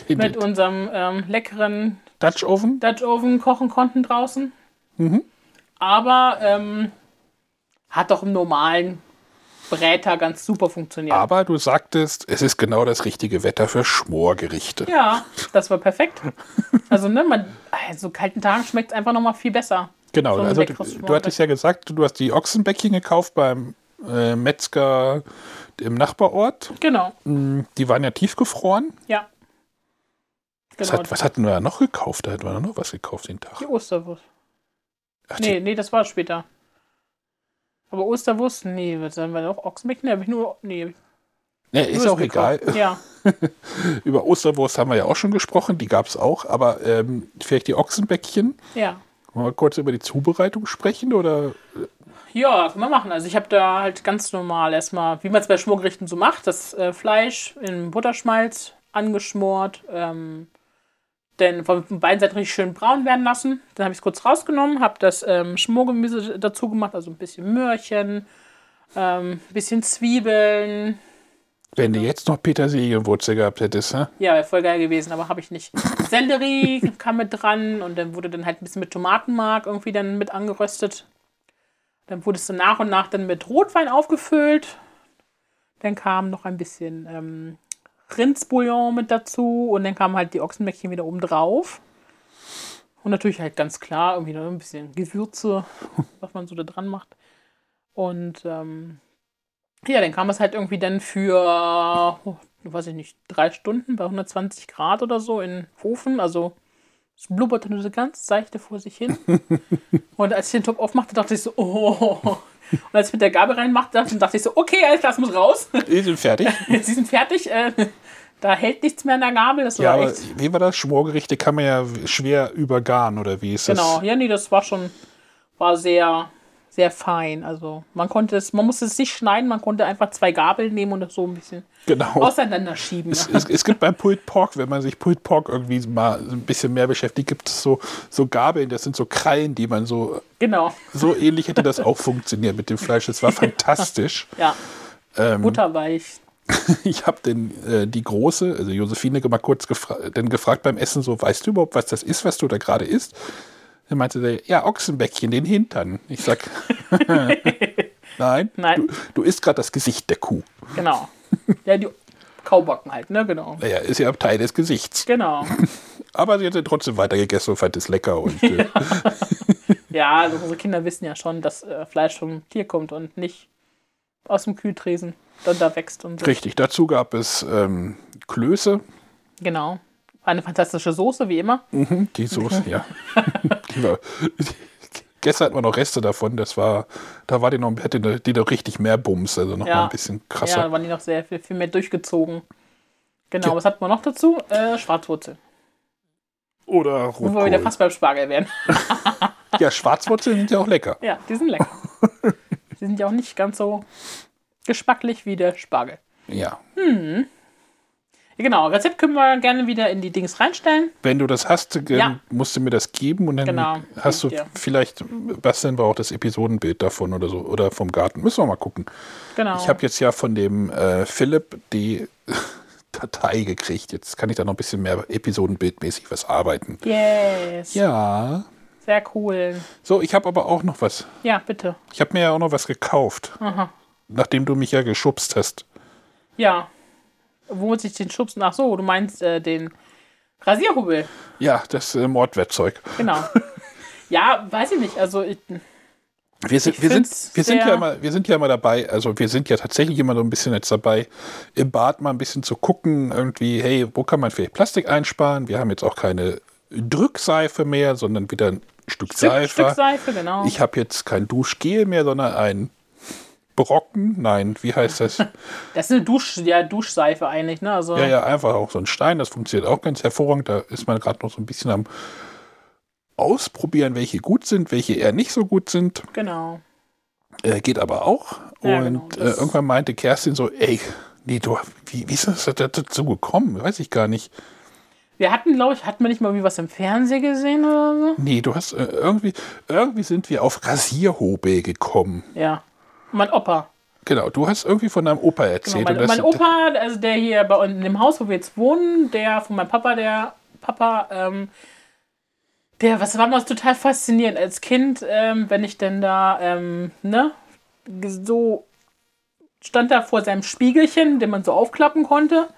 Speaker 1: in
Speaker 2: mit
Speaker 1: den
Speaker 2: unserem ähm, leckeren
Speaker 1: Dutch Oven.
Speaker 2: Dutch Oven kochen konnten draußen.
Speaker 1: Mhm.
Speaker 2: Aber ähm, hat doch im normalen Bräter ganz super funktioniert.
Speaker 1: Aber du sagtest, es ist genau das richtige Wetter für Schmorgerichte.
Speaker 2: Ja, das war perfekt. Also, ne, man, so kalten Tagen schmeckt es einfach nochmal viel besser.
Speaker 1: Genau,
Speaker 2: So ein
Speaker 1: also du,
Speaker 2: leckeres
Speaker 1: du hattest ja gesagt, du hast die Ochsenbäckchen gekauft beim äh, Metzger im Nachbarort.
Speaker 2: Genau,
Speaker 1: Mm, Die waren ja tiefgefroren.
Speaker 2: ja. Genau,
Speaker 1: Was, hat, was hatten wir da noch gekauft? Da hatten wir noch was gekauft den Tag.
Speaker 2: Die Osterwurst.
Speaker 1: Ach,
Speaker 2: Nee, nee, das war später. Aber Osterwurst, nee, was haben wir noch? Ochsenbecken, habe ich nur. Nee, hab ich
Speaker 1: die, nee ist
Speaker 2: nur
Speaker 1: auch
Speaker 2: das
Speaker 1: egal.
Speaker 2: gekauft. Ja,
Speaker 1: <laughs> Über Osterwurst haben wir ja auch schon gesprochen, die gab es auch, aber ähm, vielleicht die Ochsenbäckchen.
Speaker 2: ja.
Speaker 1: Wollen wir kurz über die Zubereitung sprechen? Oder
Speaker 2: Ja, können wir machen. Also ich habe da halt ganz normal erstmal, wie man es bei Schmorgerichten so macht, das äh, Fleisch in Butterschmalz angeschmort, ähm, dann von beiden Seiten richtig schön braun werden lassen. Dann habe ich es kurz rausgenommen, habe das ähm, Schmorgemüse dazu gemacht, also ein bisschen Möhrchen, ähm, ein bisschen Zwiebeln,
Speaker 1: wenn du jetzt noch Petersilienwurzel gehabt hättest, <laughs> hä?
Speaker 2: Ja, wäre voll geil gewesen, aber habe ich nicht. Sellerie kam mit dran und dann wurde dann halt ein bisschen mit Tomatenmark irgendwie dann mit angeröstet. Dann wurde es dann nach und nach dann mit Rotwein aufgefüllt. Dann kam noch ein bisschen ähm, Rindsbouillon mit dazu und dann kamen halt die Ochsenbäckchen wieder oben drauf. Und natürlich halt ganz klar irgendwie noch ein bisschen Gewürze, <laughs> was man so da dran macht. Und ähm, ja, dann kam es halt irgendwie dann für, oh, weiß ich nicht, drei Stunden bei 120 Grad oder so in Ofen. Also es blubberte nur so ganz seichte vor sich
Speaker 1: <laughs>
Speaker 2: hin. Und als ich den Topf aufmachte, dachte ich so, oh. Und als ich mit der Gabel reinmachte, dann dachte ich so, okay, alles klar, das muss raus. <laughs>
Speaker 1: Die sind fertig.
Speaker 2: Sie sind fertig. Äh, da hält nichts mehr an der Gabel. Das
Speaker 1: ja,
Speaker 2: war
Speaker 1: aber
Speaker 2: echt.
Speaker 1: wie war das? Schmorgerichte kann man ja w- schwer übergaren, oder wie ist
Speaker 2: Genau.
Speaker 1: das?
Speaker 2: Ja, nee, das war schon, war sehr, sehr fein. Also man konnte es, man musste es nicht schneiden, man konnte einfach zwei Gabeln nehmen und das so ein bisschen
Speaker 1: Genau.
Speaker 2: auseinanderschieben. ne?
Speaker 1: Es, es, es gibt beim Pulled Pork, wenn man sich Pulled Pork irgendwie mal ein bisschen mehr beschäftigt, gibt es so, so Gabeln, das sind so Krallen, die man so,
Speaker 2: Genau.
Speaker 1: so ähnlich hätte das auch funktioniert mit dem Fleisch. Das war fantastisch.
Speaker 2: Ja.
Speaker 1: Ähm.
Speaker 2: Butterweich.
Speaker 1: Ich habe den äh, die große, also Josephine, mal kurz gefra denn gefragt beim Essen so, weißt du überhaupt, was das ist, was du da gerade isst? Dann meinte sie, ja Ochsenbäckchen, den Hintern. Ich sag, <laughs> Nein.
Speaker 2: Nein.
Speaker 1: Du, du isst gerade das Gesicht der Kuh. <laughs>
Speaker 2: Genau. Ja, die Kaubacken halt, ne? Genau.
Speaker 1: Naja, ist ja Teil des Gesichts.
Speaker 2: Genau.
Speaker 1: Aber sie hat sie trotzdem weitergegessen und fand es lecker. Und, äh,
Speaker 2: Ja, also unsere Kinder wissen ja schon, dass äh, Fleisch vom Tier kommt und nicht aus dem Kühltresen dann da wächst und so.
Speaker 1: richtig, dazu gab es ähm, Klöße.
Speaker 2: Genau. Eine fantastische Soße, wie immer.
Speaker 1: Mhm, die Soße, <laughs> ja. die war, <laughs> gestern hatten wir noch Reste davon. Das war, da war die noch, hätte die, die noch richtig mehr Bums, also noch
Speaker 2: Ja.
Speaker 1: mal ein bisschen
Speaker 2: Ja,
Speaker 1: krasser.
Speaker 2: da waren die noch sehr viel, viel mehr durchgezogen. Genau, was hatten wir noch dazu? Äh, Schwarzwurzel.
Speaker 1: Oder
Speaker 2: Wo wir wieder
Speaker 1: Rotkohl.
Speaker 2: fast beim Spargel wären. <laughs>
Speaker 1: Ja, Schwarzwurzeln sind ja auch lecker.
Speaker 2: Ja, die
Speaker 1: <laughs>
Speaker 2: sind lecker. die sind ja auch nicht ganz so geschmacklich wie der Spargel.
Speaker 1: Ja.
Speaker 2: Ja, Genau, Rezept können wir gerne wieder in die Dings reinstellen.
Speaker 1: Wenn du das hast, äh,
Speaker 2: Ja.
Speaker 1: musst du mir das geben und dann
Speaker 2: Genau,
Speaker 1: hast du
Speaker 2: geb ich dir.
Speaker 1: vielleicht basteln wir auch das Episodenbild davon oder so oder vom Garten. Müssen wir mal gucken.
Speaker 2: Genau.
Speaker 1: Ich habe jetzt ja von dem äh, Philipp die <laughs> Datei gekriegt. Jetzt kann ich da noch ein bisschen mehr episodenbildmäßig was arbeiten.
Speaker 2: yes.
Speaker 1: Ja.
Speaker 2: Sehr cool.
Speaker 1: So, ich habe aber auch noch was.
Speaker 2: Ja, bitte.
Speaker 1: Ich habe mir ja auch noch was gekauft. Nachdem du mich ja geschubst hast.
Speaker 2: Ja. Womit ich den schubsen? Ach so, du meinst äh, den Rasierhobel.
Speaker 1: Ja, das äh, Mordwerkzeug. <laughs>
Speaker 2: Genau. ja, weiß ich nicht. Also, ich,
Speaker 1: Wir sind,
Speaker 2: Ich
Speaker 1: wir, sind,
Speaker 2: find's
Speaker 1: wir, sind
Speaker 2: sehr-
Speaker 1: ja immer, wir sind ja immer dabei, also wir sind ja tatsächlich immer so ein bisschen jetzt dabei, im Bad mal ein bisschen zu gucken, irgendwie, hey, wo kann man vielleicht Plastik einsparen? Wir haben jetzt auch keine Drückseife mehr, sondern wieder ein Stück
Speaker 2: Stück, Stück
Speaker 1: Seife.
Speaker 2: Seife, genau.
Speaker 1: Ich habe jetzt kein Duschgel mehr, sondern ein Brocken. Nein, wie heißt
Speaker 2: <laughs>
Speaker 1: das?
Speaker 2: das ist eine Dusch, ja, Duschseife eigentlich, ne? Also,
Speaker 1: ja, ja, einfach auch so ein Stein. Das funktioniert auch ganz hervorragend. Da ist man gerade noch so ein bisschen am Ausprobieren, welche gut sind, welche eher nicht so gut sind.
Speaker 2: Genau.
Speaker 1: Äh, geht aber auch.
Speaker 2: Ja, genau,
Speaker 1: und äh,
Speaker 2: das-
Speaker 1: irgendwann meinte Kerstin so, ey, nee, du, wie, wie ist das da- dazu gekommen? Weiß ich gar nicht.
Speaker 2: Wir hatten, glaube ich, hatten wir nicht mal wie was im Fernsehen gesehen oder so?
Speaker 1: Nee, du hast äh, irgendwie, irgendwie sind wir auf Rasierhobel gekommen.
Speaker 2: Ja. Mein Opa.
Speaker 1: Genau, du hast irgendwie von deinem Opa
Speaker 2: Genau,
Speaker 1: erzählt.
Speaker 2: mein,
Speaker 1: und das,
Speaker 2: mein Opa, also der hier bei uns in dem Haus, wo wir jetzt wohnen, der von meinem Papa, der Papa, ähm, der, was war das total faszinierend als Kind, ähm, wenn ich denn da, ähm, ne, ge- so stand da vor seinem Spiegelchen, den man so aufklappen konnte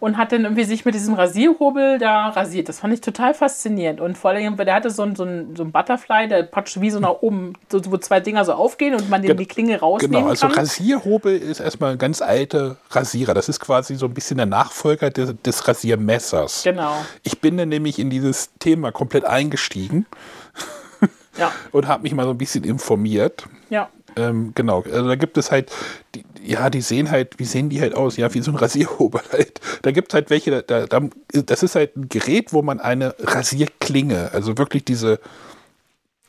Speaker 2: und hat dann irgendwie sich mit diesem Rasierhobel da rasiert. Das fand ich total faszinierend und vor allem, weil der hatte so ein, so ein, so ein Butterfly, der praktisch wie so nach oben, so, wo zwei Dinger so aufgehen und man den
Speaker 1: Gen-
Speaker 2: die Klinge rausnehmen
Speaker 1: Genau, also
Speaker 2: kann.
Speaker 1: Rasierhobel ist erstmal ein ganz alter Rasierer. Das ist quasi so ein bisschen der Nachfolger des, des Rasiermessers.
Speaker 2: Genau,
Speaker 1: Ich bin dann nämlich in dieses Thema komplett eingestiegen
Speaker 2: ja,
Speaker 1: und habe mich mal so ein bisschen informiert.
Speaker 2: ja.
Speaker 1: Ähm, genau, also da gibt es halt, die, ja, die sehen halt, wie sehen die halt aus? Ja, wie so ein Rasierhobel <laughs> halt. Da gibt es halt welche, da, da, das ist halt ein Gerät, wo man eine Rasierklinge, also wirklich diese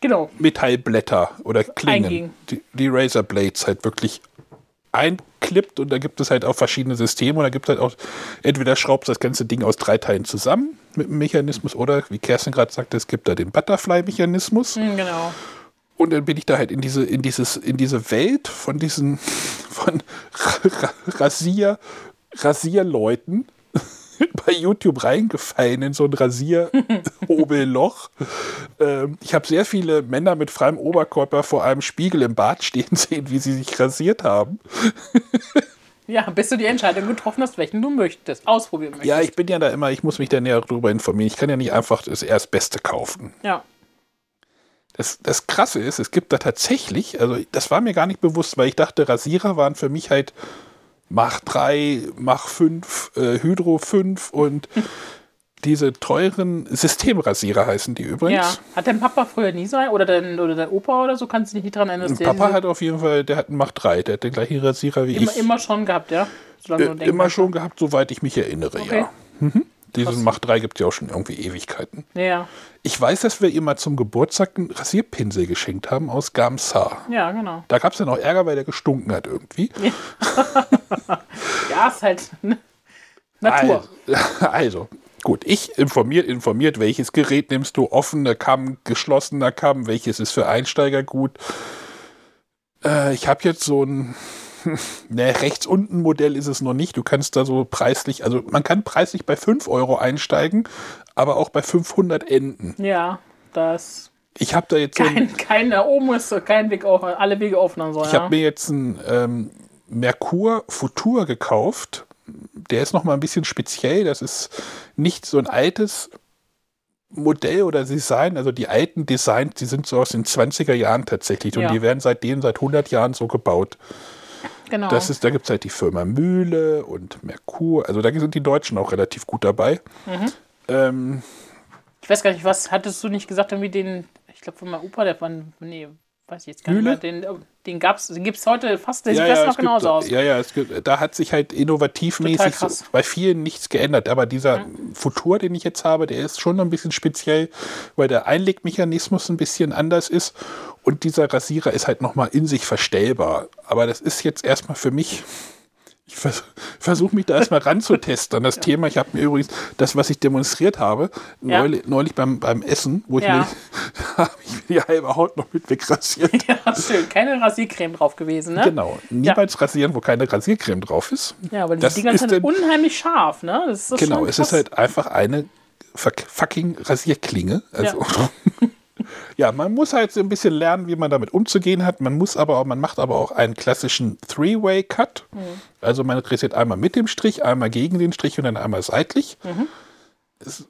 Speaker 2: Genau,
Speaker 1: Metallblätter oder Klingen,
Speaker 2: Einging.
Speaker 1: die, die Razorblades halt wirklich einklippt und da gibt es halt auch verschiedene Systeme und da gibt es halt auch, entweder schraubt das ganze Ding aus drei Teilen zusammen mit einem Mechanismus oder, wie Kerstin gerade sagte, es gibt da den Butterfly-Mechanismus.
Speaker 2: mm, genau.
Speaker 1: Und dann bin ich da halt in diese, in dieses, in diese Welt von diesen <laughs> von Ra- Rasier, Rasierleuten <laughs> bei YouTube reingefallen in so ein Rasierhobelloch. ähm, ich habe sehr viele Männer mit freiem Oberkörper vor einem Spiegel im Bad stehen <laughs> sehen, wie sie sich rasiert haben.
Speaker 2: Ja, bis du die Entscheidung getroffen hast, welchen du möchtest, ausprobieren möchtest.
Speaker 1: Ja, ich bin ja da immer, ich muss mich da näher drüber informieren. Ich kann ja nicht einfach das Erstbeste kaufen.
Speaker 2: Ja,
Speaker 1: Das, das Krasse ist, es gibt da tatsächlich, also das war mir gar nicht bewusst, weil ich dachte, Rasierer waren für mich halt Mach 3, Mach 5, äh, Hydro 5
Speaker 2: <laughs>
Speaker 1: und diese teuren Systemrasierer heißen die
Speaker 2: ja.
Speaker 1: übrigens.
Speaker 2: Hat dein Papa früher nie so einen? Oder dein, oder dein Opa oder so? Kannst du dich nicht dran erinnern, dass der
Speaker 1: Papa
Speaker 2: diese-
Speaker 1: hat auf jeden Fall, der hat einen Mach 3, der hat den gleichen Rasierer wie
Speaker 2: immer,
Speaker 1: ich.
Speaker 2: immer schon gehabt, ja? Solange
Speaker 1: äh, immer schon gehabt, soweit ich mich erinnere,
Speaker 2: Okay.
Speaker 1: ja. Mhm. Diesen Mach 3 gibt es ja auch schon irgendwie Ewigkeiten.
Speaker 2: Ja,
Speaker 1: Ich weiß, dass wir ihr mal zum Geburtstag einen Rasierpinsel geschenkt haben aus Gamsa.
Speaker 2: ja, genau.
Speaker 1: Da gab es ja noch Ärger, weil der gestunken hat irgendwie.
Speaker 2: Ja, ist halt <laughs> ne? Natur.
Speaker 1: Also, <laughs> also, gut, ich informiert, informiert, welches Gerät nimmst du? Offener Kamm, geschlossener Kamm, welches ist für Einsteiger gut? Äh, ich habe jetzt so ein. <laughs> Ne, rechts unten Modell ist es noch nicht. Du kannst da so preislich, also man kann preislich bei 5 Euro einsteigen, aber auch bei 500 enden.
Speaker 2: Ja, das
Speaker 1: ich habe da jetzt so ein,
Speaker 2: Kein, kein, da oben ist so kein Weg offen, alle Wege offen sollen.
Speaker 1: ich
Speaker 2: ja.
Speaker 1: habe mir jetzt einen ähm, Mercur Futur gekauft. Der ist noch mal ein bisschen speziell. Das ist nicht so ein altes Modell oder Design. Also die alten Designs, die sind so aus den 20er Jahren tatsächlich. Und
Speaker 2: Ja.
Speaker 1: die werden seitdem, seit 100 Jahren so gebaut.
Speaker 2: genau.
Speaker 1: Das ist, da gibt es halt die Firma Mühle und Merkur. Also da sind die Deutschen auch relativ gut dabei.
Speaker 2: Mhm.
Speaker 1: Ähm,
Speaker 2: ich weiß gar nicht, was hattest du nicht gesagt, irgendwie den, ich glaube von meinem Opa, der von, nee, weiß ich jetzt gar
Speaker 1: Mühle?
Speaker 2: nicht mehr, den, oh, den gab's, den gibt's heute fast, der sieht
Speaker 1: ja,
Speaker 2: fast
Speaker 1: ja,
Speaker 2: noch
Speaker 1: es
Speaker 2: genauso
Speaker 1: gibt,
Speaker 2: aus.
Speaker 1: Ja, ja, es gibt, da hat sich halt
Speaker 2: Total
Speaker 1: innovativmäßig so,
Speaker 2: krass.
Speaker 1: bei vielen nichts geändert. Aber dieser Futur, den ich jetzt habe, der ist schon ein bisschen speziell, weil der Einlegmechanismus ein bisschen anders ist. Und dieser Rasierer ist halt nochmal in sich verstellbar. Aber das ist jetzt erstmal für mich. Ich vers versuche mich da erstmal ranzutesten an
Speaker 2: <laughs>
Speaker 1: das Thema. Ich habe mir übrigens das, was ich demonstriert habe,
Speaker 2: Ja.
Speaker 1: neulich, neulich beim, beim Essen, wo ich
Speaker 2: Ja.
Speaker 1: mir, <laughs> hab ich mir die halbe Haut noch mit
Speaker 2: <laughs>
Speaker 1: wegrasiert.
Speaker 2: <laughs> Ja, schön. Keine Rasiercreme drauf gewesen, ne?
Speaker 1: Genau. Niemals rasieren, wo keine Rasiercreme drauf ist.
Speaker 2: Ja, aber die
Speaker 1: Das
Speaker 2: Dinger
Speaker 1: ist
Speaker 2: sind
Speaker 1: dann-
Speaker 2: unheimlich scharf, ne? Das ist doch
Speaker 1: genau,
Speaker 2: schon
Speaker 1: es ist
Speaker 2: krass.
Speaker 1: halt einfach eine fuck- fucking Rasierklinge. Also. <laughs> Ja. man muss halt so ein bisschen lernen, wie man damit umzugehen hat. Man muss aber auch, man macht aber auch einen klassischen Three-Way-Cut.
Speaker 2: Mhm.
Speaker 1: Also man rasiert einmal mit dem Strich, einmal gegen den Strich und dann einmal seitlich.
Speaker 2: Mhm.
Speaker 1: Es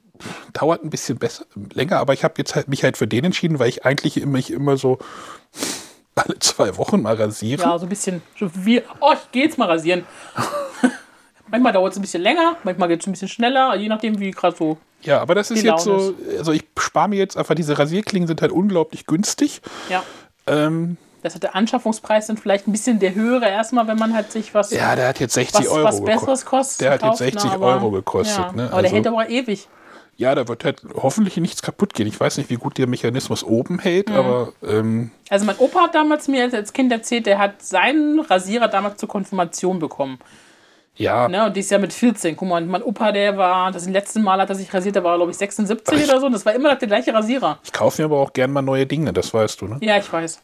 Speaker 1: dauert ein bisschen besser, länger, aber ich habe jetzt halt mich halt für den entschieden, weil ich eigentlich mich immer so <laughs> alle zwei Wochen mal rasiere.
Speaker 2: Ja, so ein bisschen. So wie, oh, ich gehe jetzt mal rasieren. <laughs> manchmal dauert es ein bisschen länger, manchmal geht es ein bisschen schneller, je nachdem, wie gerade so.
Speaker 1: Ja, aber das ist
Speaker 2: Die
Speaker 1: jetzt
Speaker 2: Laune
Speaker 1: so, also ich spare mir jetzt einfach, diese Rasierklingen sind halt unglaublich günstig.
Speaker 2: Ja.
Speaker 1: Ähm,
Speaker 2: Das hat der Anschaffungspreis dann vielleicht ein bisschen der höhere erstmal, wenn man halt sich was,
Speaker 1: ja, der hat jetzt 60
Speaker 2: was,
Speaker 1: Euro
Speaker 2: was
Speaker 1: gekostet.
Speaker 2: Besseres kostet.
Speaker 1: Der hat jetzt
Speaker 2: kauft, ne,
Speaker 1: 60
Speaker 2: aber-
Speaker 1: Euro gekostet,
Speaker 2: Ja.
Speaker 1: ne,
Speaker 2: Aber der
Speaker 1: also-
Speaker 2: hält aber ewig.
Speaker 1: Ja, da wird halt hoffentlich nichts kaputt gehen. Ich weiß nicht, wie gut der Mechanismus oben
Speaker 2: Mhm.
Speaker 1: hält, aber ähm,
Speaker 2: Also mein Opa hat damals mir als Kind erzählt, der hat seinen Rasierer damals zur Konfirmation bekommen.
Speaker 1: ja,
Speaker 2: Ne? Und die ist ja mit 14. Guck mal, und mein Opa, der war, das letzte Mal hat er sich rasiert, der war glaube ich 76 oder so. Und das war immer noch der gleiche Rasierer.
Speaker 1: ich kaufe mir aber auch gern mal neue Dinge, das weißt du, ne?
Speaker 2: Ja, ich weiß.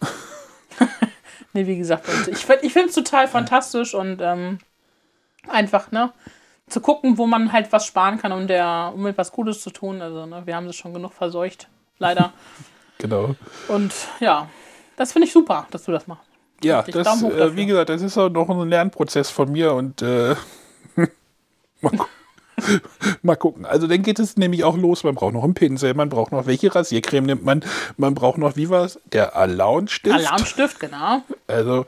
Speaker 2: <laughs> nee, wie gesagt, und ich, find- ich finde es total fantastisch und ähm, einfach, ne? Zu gucken, wo man halt was sparen kann, um der Umwelt was Gutes zu tun. Also, ne, wir haben sie schon genug verseucht, leider.
Speaker 1: Genau.
Speaker 2: Und ja, das finde ich super, dass du das machst.
Speaker 1: Ja,
Speaker 2: Richtig,
Speaker 1: das,
Speaker 2: Daumen hoch
Speaker 1: äh,
Speaker 2: dafür.
Speaker 1: wie gesagt, das ist auch noch ein Lernprozess von mir und äh, <laughs> mal, gu <laughs> mal gucken. Also dann geht es nämlich auch los. Man braucht noch einen Pinsel, man braucht noch, welche Rasiercreme nimmt man, man braucht noch, wie war es, der Alarmstift.
Speaker 2: Alarmstift, genau.
Speaker 1: Also,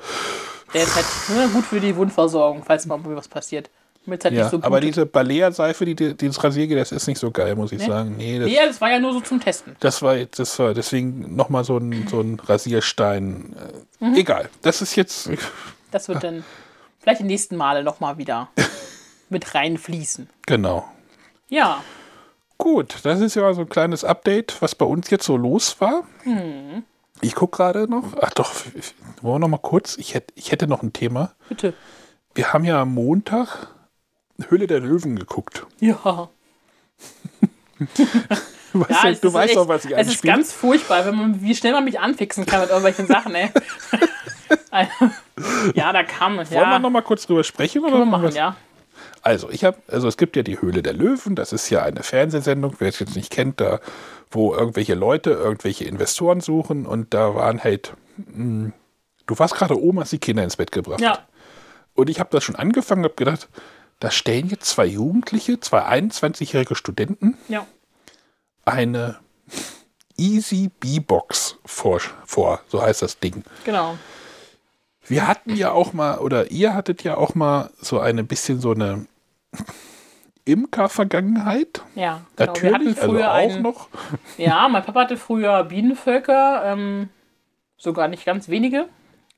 Speaker 2: Der ist halt ne, gut für die Wundversorgung, falls mal irgendwie was passiert. Damit halt
Speaker 1: ja,
Speaker 2: nicht so
Speaker 1: aber
Speaker 2: blutet.
Speaker 1: diese Balea-Seife, die, die, dieses Rasiergel, das ist nicht so geil, muss ich sagen. Nee, das,
Speaker 2: Ja, das war ja nur so zum Testen.
Speaker 1: das war jetzt, das war deswegen nochmal so ein, so ein Rasierstein. Äh,
Speaker 2: Mhm.
Speaker 1: Egal, das ist jetzt,
Speaker 2: Das
Speaker 1: Ah.
Speaker 2: wird dann vielleicht die nächsten Male
Speaker 1: <laughs>
Speaker 2: nochmal wieder mit reinfließen.
Speaker 1: genau.
Speaker 2: Ja,
Speaker 1: Gut, das ist ja so ein kleines Update, was bei uns jetzt so los war.
Speaker 2: Hm.
Speaker 1: Ich gucke gerade noch. Ach doch, wollen wir noch mal kurz? Ich hätte, ich hätte noch ein Thema.
Speaker 2: bitte.
Speaker 1: Wir haben ja am Montag Höhle der Löwen geguckt.
Speaker 2: Ja.
Speaker 1: Weißt
Speaker 2: Ja,
Speaker 1: du,
Speaker 2: es
Speaker 1: du
Speaker 2: ist
Speaker 1: weißt
Speaker 2: echt-
Speaker 1: doch, was ich
Speaker 2: Es ist
Speaker 1: anspiele.
Speaker 2: ganz furchtbar, wenn man, wie schnell man mich anfixen kann mit irgendwelchen
Speaker 1: <laughs>
Speaker 2: Sachen, ey. Also, ja, da kam es.
Speaker 1: Wollen wir
Speaker 2: Ja,
Speaker 1: noch mal kurz drüber sprechen? Oder
Speaker 2: Können wir
Speaker 1: wollen wir
Speaker 2: machen,
Speaker 1: was-
Speaker 2: ja.
Speaker 1: Also, ich habe, also es gibt ja die Höhle der Löwen, das ist ja eine Fernsehsendung, wer es jetzt nicht kennt, da, wo irgendwelche Leute irgendwelche Investoren suchen und da waren halt, mh, du warst gerade Omas die Kinder ins Bett gebracht.
Speaker 2: Ja,
Speaker 1: Und ich habe das schon angefangen, habe gedacht, da stellen jetzt zwei Jugendliche, zwei 21-jährige Studenten
Speaker 2: ja.
Speaker 1: eine Easy B-Box vor, vor, so heißt das Ding.
Speaker 2: Genau.
Speaker 1: Wir hatten ja auch mal, oder ihr hattet ja auch mal so eine bisschen so eine Imker-Vergangenheit.
Speaker 2: Ja, genau. Wir hatten
Speaker 1: Natürlich, also
Speaker 2: früher
Speaker 1: auch
Speaker 2: einen,
Speaker 1: noch.
Speaker 2: Ja, mein Papa hatte früher Bienenvölker, ähm, sogar nicht ganz wenige.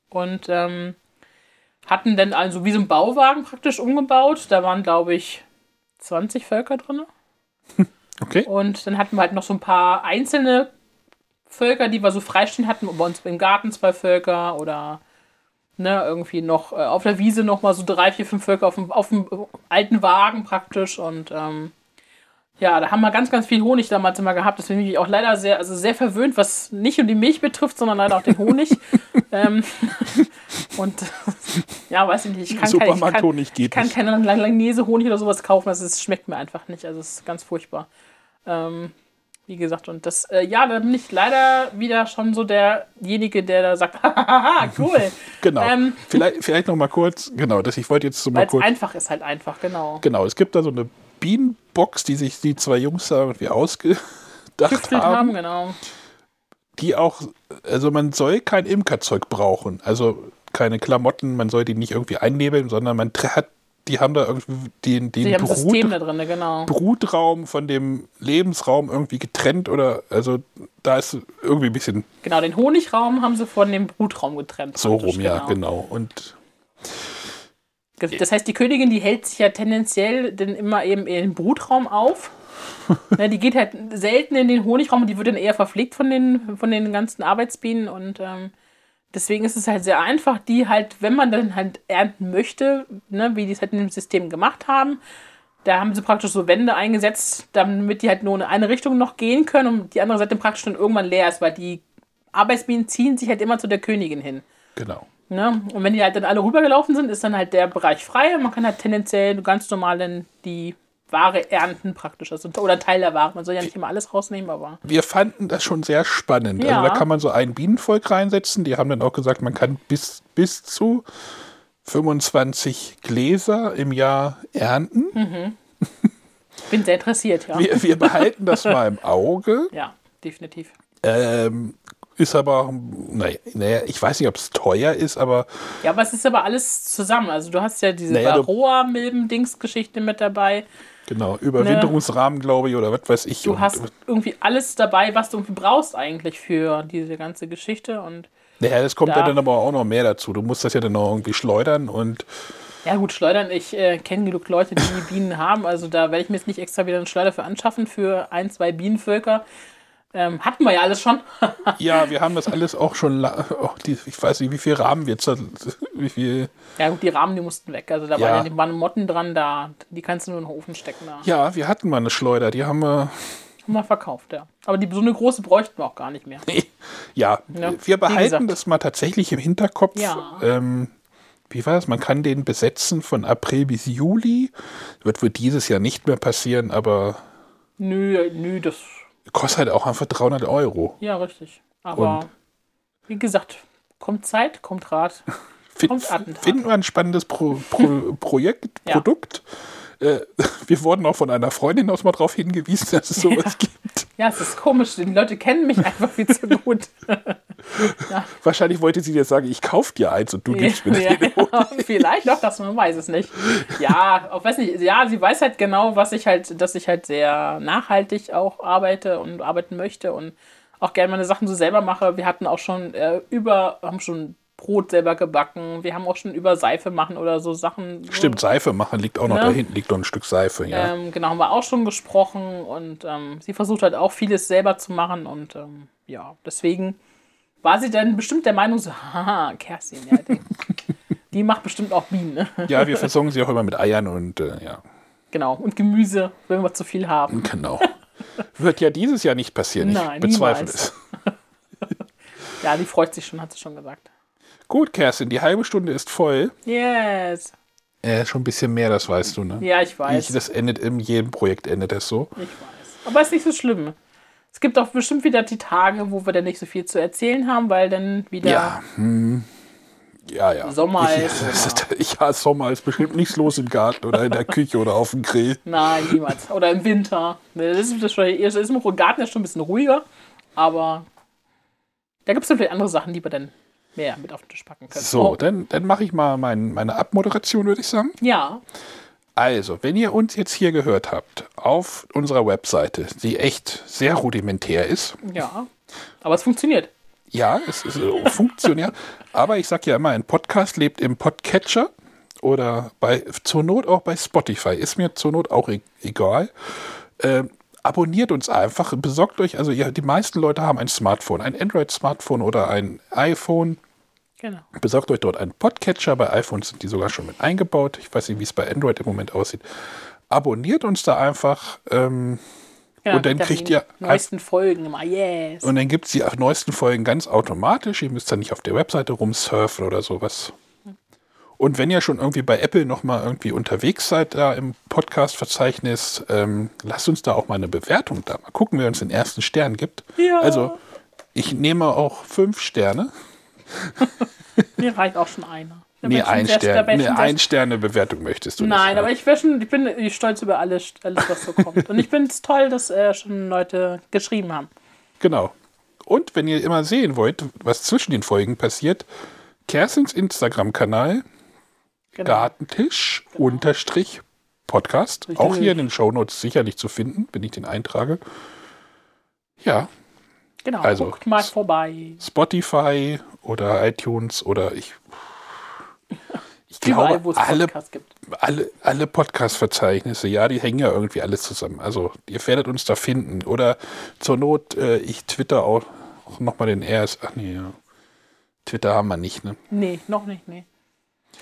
Speaker 2: Und ähm, hatten dann also wie so einen Bauwagen praktisch umgebaut. Da waren, glaube ich, 20 Völker drin.
Speaker 1: Okay.
Speaker 2: Und dann hatten wir halt noch so ein paar einzelne Völker, die wir so freistehen hatten. Bei uns im Garten zwei Völker oder ne, irgendwie noch äh, auf der Wiese noch mal so drei, vier, fünf Völker auf dem, auf dem alten Wagen praktisch. Und ähm, ja, da haben wir ganz, ganz viel Honig damals immer gehabt. Deswegen bin ich auch leider sehr, also sehr verwöhnt, was nicht nur die Milch betrifft, sondern leider auch
Speaker 1: <laughs>
Speaker 2: den Honig. ähm, <laughs> und <laughs> ja, weiß ich nicht. Ich kann kein- ich kann,
Speaker 1: Supermarkthonig
Speaker 2: ich
Speaker 1: geht
Speaker 2: kann
Speaker 1: nicht.
Speaker 2: keinen Langnese, Honig oder sowas kaufen. Das ist, schmeckt mir einfach nicht. Also es ist ganz furchtbar. Ähm, Wie gesagt, und das, äh, ja, da bin ich leider wieder schon so derjenige, der da sagt, <laughs> hahaha,
Speaker 1: <laughs>
Speaker 2: cool.
Speaker 1: Genau.
Speaker 2: Ähm.
Speaker 1: vielleicht, vielleicht noch mal kurz, genau, das, ich wollte jetzt so mal
Speaker 2: Weil es
Speaker 1: kurz.
Speaker 2: einfach ist halt einfach, genau.
Speaker 1: Genau, es gibt da so eine Bienenbox, die sich die zwei Jungs da irgendwie ausgedacht
Speaker 2: Getüftelt haben, genau.
Speaker 1: die auch, also man soll kein Imkerzeug brauchen. Also keine Klamotten, man soll die nicht irgendwie einnebeln, sondern man tre- hat, die haben da irgendwie den, den
Speaker 2: Sie haben ein System
Speaker 1: Brut,
Speaker 2: da drin, genau.
Speaker 1: Brutraum von dem Lebensraum irgendwie getrennt oder, also da ist irgendwie ein bisschen
Speaker 2: Genau, den Honigraum haben sie von dem Brutraum getrennt.
Speaker 1: so
Speaker 2: praktisch,
Speaker 1: rum, ja, genau. Und
Speaker 2: Ge- Das heißt, die Königin, die hält sich ja tendenziell dann immer eben in den Brutraum auf. ne, die geht halt selten in den Honigraum und die wird dann eher verpflegt von den, von den ganzen Arbeitsbienen. Und ähm, deswegen ist es halt sehr einfach, die halt, wenn man dann halt ernten möchte, ne, wie die es halt in dem System gemacht haben, da haben sie praktisch so Wände eingesetzt, damit die halt nur in eine Richtung noch gehen können und die andere Seite praktisch dann irgendwann leer ist, weil die Arbeitsbienen ziehen sich halt immer zu der Königin hin.
Speaker 1: genau.
Speaker 2: Ne? Und wenn die halt dann alle rübergelaufen sind, ist dann halt der Bereich frei und man kann halt tendenziell ganz normal dann die Ware ernten praktisch. Also, oder Teil der Ware. Man soll ja nicht immer alles rausnehmen, aber.
Speaker 1: Wir fanden das schon sehr spannend.
Speaker 2: Ja.
Speaker 1: Also da kann man so ein Bienenvolk reinsetzen. Die haben dann auch gesagt, man kann bis, bis zu 25 Gläser im Jahr ernten.
Speaker 2: Ich bin sehr interessiert, ja.
Speaker 1: Wir, wir behalten
Speaker 2: <laughs>
Speaker 1: das mal im Auge.
Speaker 2: Ja, definitiv.
Speaker 1: Ähm, ist aber, auch- naja, naja, ich weiß nicht, ob es teuer ist, aber
Speaker 2: Ja, aber es ist aber alles zusammen. Also du hast ja diese
Speaker 1: Naja, du-
Speaker 2: Varroa-Milben-Dings-Geschichte mit dabei.
Speaker 1: genau, Überwinterungsrahmen, glaube ich, oder was weiß ich.
Speaker 2: Du
Speaker 1: Und,
Speaker 2: hast irgendwie alles dabei, was du irgendwie brauchst eigentlich für diese ganze Geschichte. Und
Speaker 1: naja, das kommt
Speaker 2: da-
Speaker 1: ja dann aber auch noch mehr dazu. Du musst das ja dann noch irgendwie schleudern und
Speaker 2: ja gut, Schleudern, ich äh, kenne genug
Speaker 1: <laughs>
Speaker 2: Leute, die Bienen haben. Also da werde ich mir jetzt nicht extra wieder einen Schleuder für anschaffen für ein, zwei Bienenvölker. Ähm, hatten wir ja alles schon.
Speaker 1: ja, wir haben das alles auch schon, la- auch die, ich weiß nicht, wie viel Rahmen wir, zer- wie viel
Speaker 2: Ja gut, die Rahmen, die mussten weg. Also da
Speaker 1: Ja.
Speaker 2: waren ja die waren Motten dran, da, die kannst du nur in den Ofen stecken. Da.
Speaker 1: Ja, wir hatten mal eine Schleuder, die haben wir. <laughs>
Speaker 2: Haben wir verkauft, ja. Aber die, so eine große bräuchten wir auch gar nicht mehr.
Speaker 1: ja,
Speaker 2: Ja, wie
Speaker 1: wir behalten
Speaker 2: gesagt.
Speaker 1: das mal tatsächlich im Hinterkopf.
Speaker 2: Ja.
Speaker 1: Ähm, wie war das? Man kann den besetzen von April bis Juli. Wird wohl dieses Jahr nicht mehr passieren, aber
Speaker 2: Nö, nö, das.
Speaker 1: kostet halt auch einfach 300 Euro.
Speaker 2: Ja, richtig. Aber
Speaker 1: Und?
Speaker 2: wie gesagt, kommt Zeit, kommt Rat.
Speaker 1: Find,
Speaker 2: Kommt Attentat.
Speaker 1: finden wir ein spannendes Pro,
Speaker 2: <laughs>
Speaker 1: Pro, Projekt,
Speaker 2: Ja.
Speaker 1: Produkt. Äh, wir wurden auch von einer Freundin aus mal darauf hingewiesen, dass es sowas gibt.
Speaker 2: Ja, es ist komisch, die Leute kennen mich <laughs> einfach viel zu gut.
Speaker 1: Wahrscheinlich wollte sie dir sagen, ich kauf dir eins und du gibst mir
Speaker 2: ja,
Speaker 1: den.
Speaker 2: <laughs> ja, vielleicht doch, dass man weiß es nicht. Ja, auch weiß nicht. Ja, sie weiß halt genau, was ich halt, dass ich halt sehr nachhaltig auch arbeite und arbeiten möchte und auch gerne meine Sachen so selber mache. Wir hatten auch schon äh, über, haben schon Brot selber gebacken. Wir haben auch schon über Seife machen oder so Sachen. So.
Speaker 1: Stimmt, Seife machen liegt auch noch
Speaker 2: Ne?
Speaker 1: da hinten, liegt noch ein Stück Seife. Ja.
Speaker 2: Ähm, genau, haben wir auch schon gesprochen und ähm, sie versucht halt auch vieles selber zu machen und ähm, ja, deswegen war sie dann bestimmt der Meinung so, <laughs> haha, Kerstin, ja, die, die macht bestimmt auch Bienen, ne?
Speaker 1: Ja, wir versorgen sie auch immer mit Eiern und äh, ja,
Speaker 2: Genau, und Gemüse, wenn wir zu viel haben.
Speaker 1: genau. Wird ja dieses Jahr nicht passieren.
Speaker 2: Nein,
Speaker 1: ich bezweifle
Speaker 2: niemals.
Speaker 1: es.
Speaker 2: Ja, die freut sich schon, hat sie schon gesagt.
Speaker 1: Gut, Kerstin, die halbe Stunde ist voll.
Speaker 2: Yes.
Speaker 1: Äh, schon ein bisschen mehr, das weißt du, ne?
Speaker 2: Ja, ich
Speaker 1: ich,
Speaker 2: weiß.
Speaker 1: das endet in jedem Projekt endet das so.
Speaker 2: Ich weiß. Aber ist nicht so schlimm. Es gibt auch bestimmt wieder die Tage, wo wir dann nicht so viel zu erzählen haben, weil dann wieder.
Speaker 1: Ja. hm. Ja, ja.
Speaker 2: Sommer
Speaker 1: ich, <laughs>
Speaker 2: ist
Speaker 1: Ich, ja, Sommer ist bestimmt nichts los im Garten oder
Speaker 2: <laughs>
Speaker 1: in der Küche oder auf dem Grill.
Speaker 2: Nein, niemals. Oder im Winter. Ne, Das ist, das schon, das ist im Garten ja schon ein bisschen ruhiger, aber da gibt es dann vielleicht andere Sachen, die wir dann mehr mit auf den Tisch packen können.
Speaker 1: So,
Speaker 2: Oh,
Speaker 1: dann, dann mache ich mal mein, meine Abmoderation, würde ich sagen.
Speaker 2: ja,
Speaker 1: Also, wenn ihr uns jetzt hier gehört habt, auf unserer Webseite, die echt sehr rudimentär ist,
Speaker 2: ja. Aber es funktioniert.
Speaker 1: Ja, es ist äh, funktionär. Aber ich sag ja immer, ein Podcast lebt im Podcatcher oder bei zur Not auch bei Spotify. Ist mir zur Not auch e- egal. Ähm, abonniert uns einfach, besorgt euch, also ihr, die meisten Leute haben ein Smartphone, ein Android-Smartphone oder ein iPhone.
Speaker 2: Genau.
Speaker 1: Besorgt euch dort einen Podcatcher. Bei iPhones sind die sogar schon mit eingebaut. Ich weiß nicht, wie es bei Android im Moment aussieht. Abonniert uns da einfach. Ähm,
Speaker 2: genau
Speaker 1: Und dann
Speaker 2: die
Speaker 1: kriegt ihr
Speaker 2: neuesten Folgen immer. Yes.
Speaker 1: und dann gibt es die neuesten Folgen ganz automatisch. Ihr müsst dann nicht auf der Webseite rumsurfen oder sowas. Und wenn ihr schon irgendwie bei Apple nochmal irgendwie unterwegs seid, da im Podcast-Verzeichnis, ähm, lasst uns da auch mal eine Bewertung da. Mal gucken, wer uns den ersten Stern gibt.
Speaker 2: Ja.
Speaker 1: Also, ich nehme auch fünf Sterne.
Speaker 2: Mir reicht auch schon einer. Da bin
Speaker 1: Nee,
Speaker 2: ich schon
Speaker 1: ein
Speaker 2: sehr- da
Speaker 1: Stern.
Speaker 2: bin ich
Speaker 1: Nee,
Speaker 2: schon sehr-
Speaker 1: ein Sterne Bewertung möchtest du nicht.
Speaker 2: Nein,
Speaker 1: haben.
Speaker 2: aber ich, wär schon, ich bin ich stolz über alles, alles was so kommt. Und ich finde es toll, dass äh, schon Leute geschrieben haben.
Speaker 1: Genau. Und wenn ihr immer sehen wollt, was zwischen den Folgen passiert, Kerstins Instagram-Kanal,
Speaker 2: Genau.
Speaker 1: Gartentisch, Unterstrich, Podcast.
Speaker 2: Richtig.
Speaker 1: Auch hier in den Shownotes sicherlich zu finden, wenn ich den eintrage. Ja,
Speaker 2: Genau,
Speaker 1: also-
Speaker 2: guckt mal vorbei.
Speaker 1: Spotify oder iTunes oder ich. Ich
Speaker 2: Überall, wo
Speaker 1: glaube,
Speaker 2: es
Speaker 1: alle,
Speaker 2: Podcasts gibt.
Speaker 1: alle, alle Podcast-Verzeichnisse, ja, die hängen ja irgendwie alles zusammen. Also, ihr werdet uns da finden. Oder zur Not, äh, ich twitter auch, auch nochmal den RS. Ach nee, ja. Twitter haben wir nicht, ne?
Speaker 2: Nee, noch nicht, nee.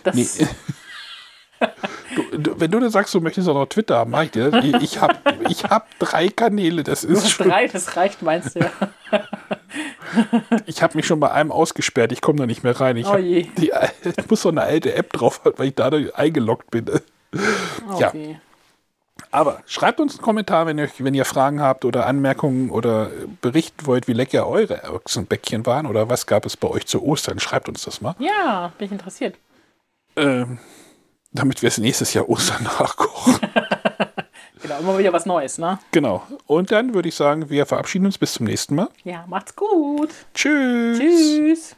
Speaker 2: Das,
Speaker 1: Nee. Du, du, wenn du dann sagst, du möchtest auch noch Twitter haben, mach ich dir das. Ich, ich habe ich hab drei Kanäle, das ist
Speaker 2: <laughs> das,
Speaker 1: schon,
Speaker 2: reicht, das reicht, meinst du ja.
Speaker 1: ich habe mich schon bei einem ausgesperrt, ich komme da nicht mehr rein. Ich,
Speaker 2: Oh
Speaker 1: hab
Speaker 2: je.
Speaker 1: die, al- <laughs> ich muss so eine alte App drauf haben, weil ich dadurch eingeloggt bin. <laughs> Ja.
Speaker 2: Okay.
Speaker 1: Aber schreibt uns einen Kommentar, wenn ihr, wenn ihr Fragen habt oder Anmerkungen oder äh, berichten wollt, wie lecker eure Ochsenbäckchen waren oder was gab es bei euch zu Ostern. Schreibt uns das mal,
Speaker 2: Ja, bin ich interessiert.
Speaker 1: ähm, damit wir es nächstes Jahr Ostern <laughs> nachkochen.
Speaker 2: Genau, immer wieder was Neues, ne?
Speaker 1: genau. Und dann würde ich sagen, wir verabschieden uns bis zum nächsten Mal.
Speaker 2: Ja, macht's gut.
Speaker 1: Tschüss.
Speaker 2: Tschüss.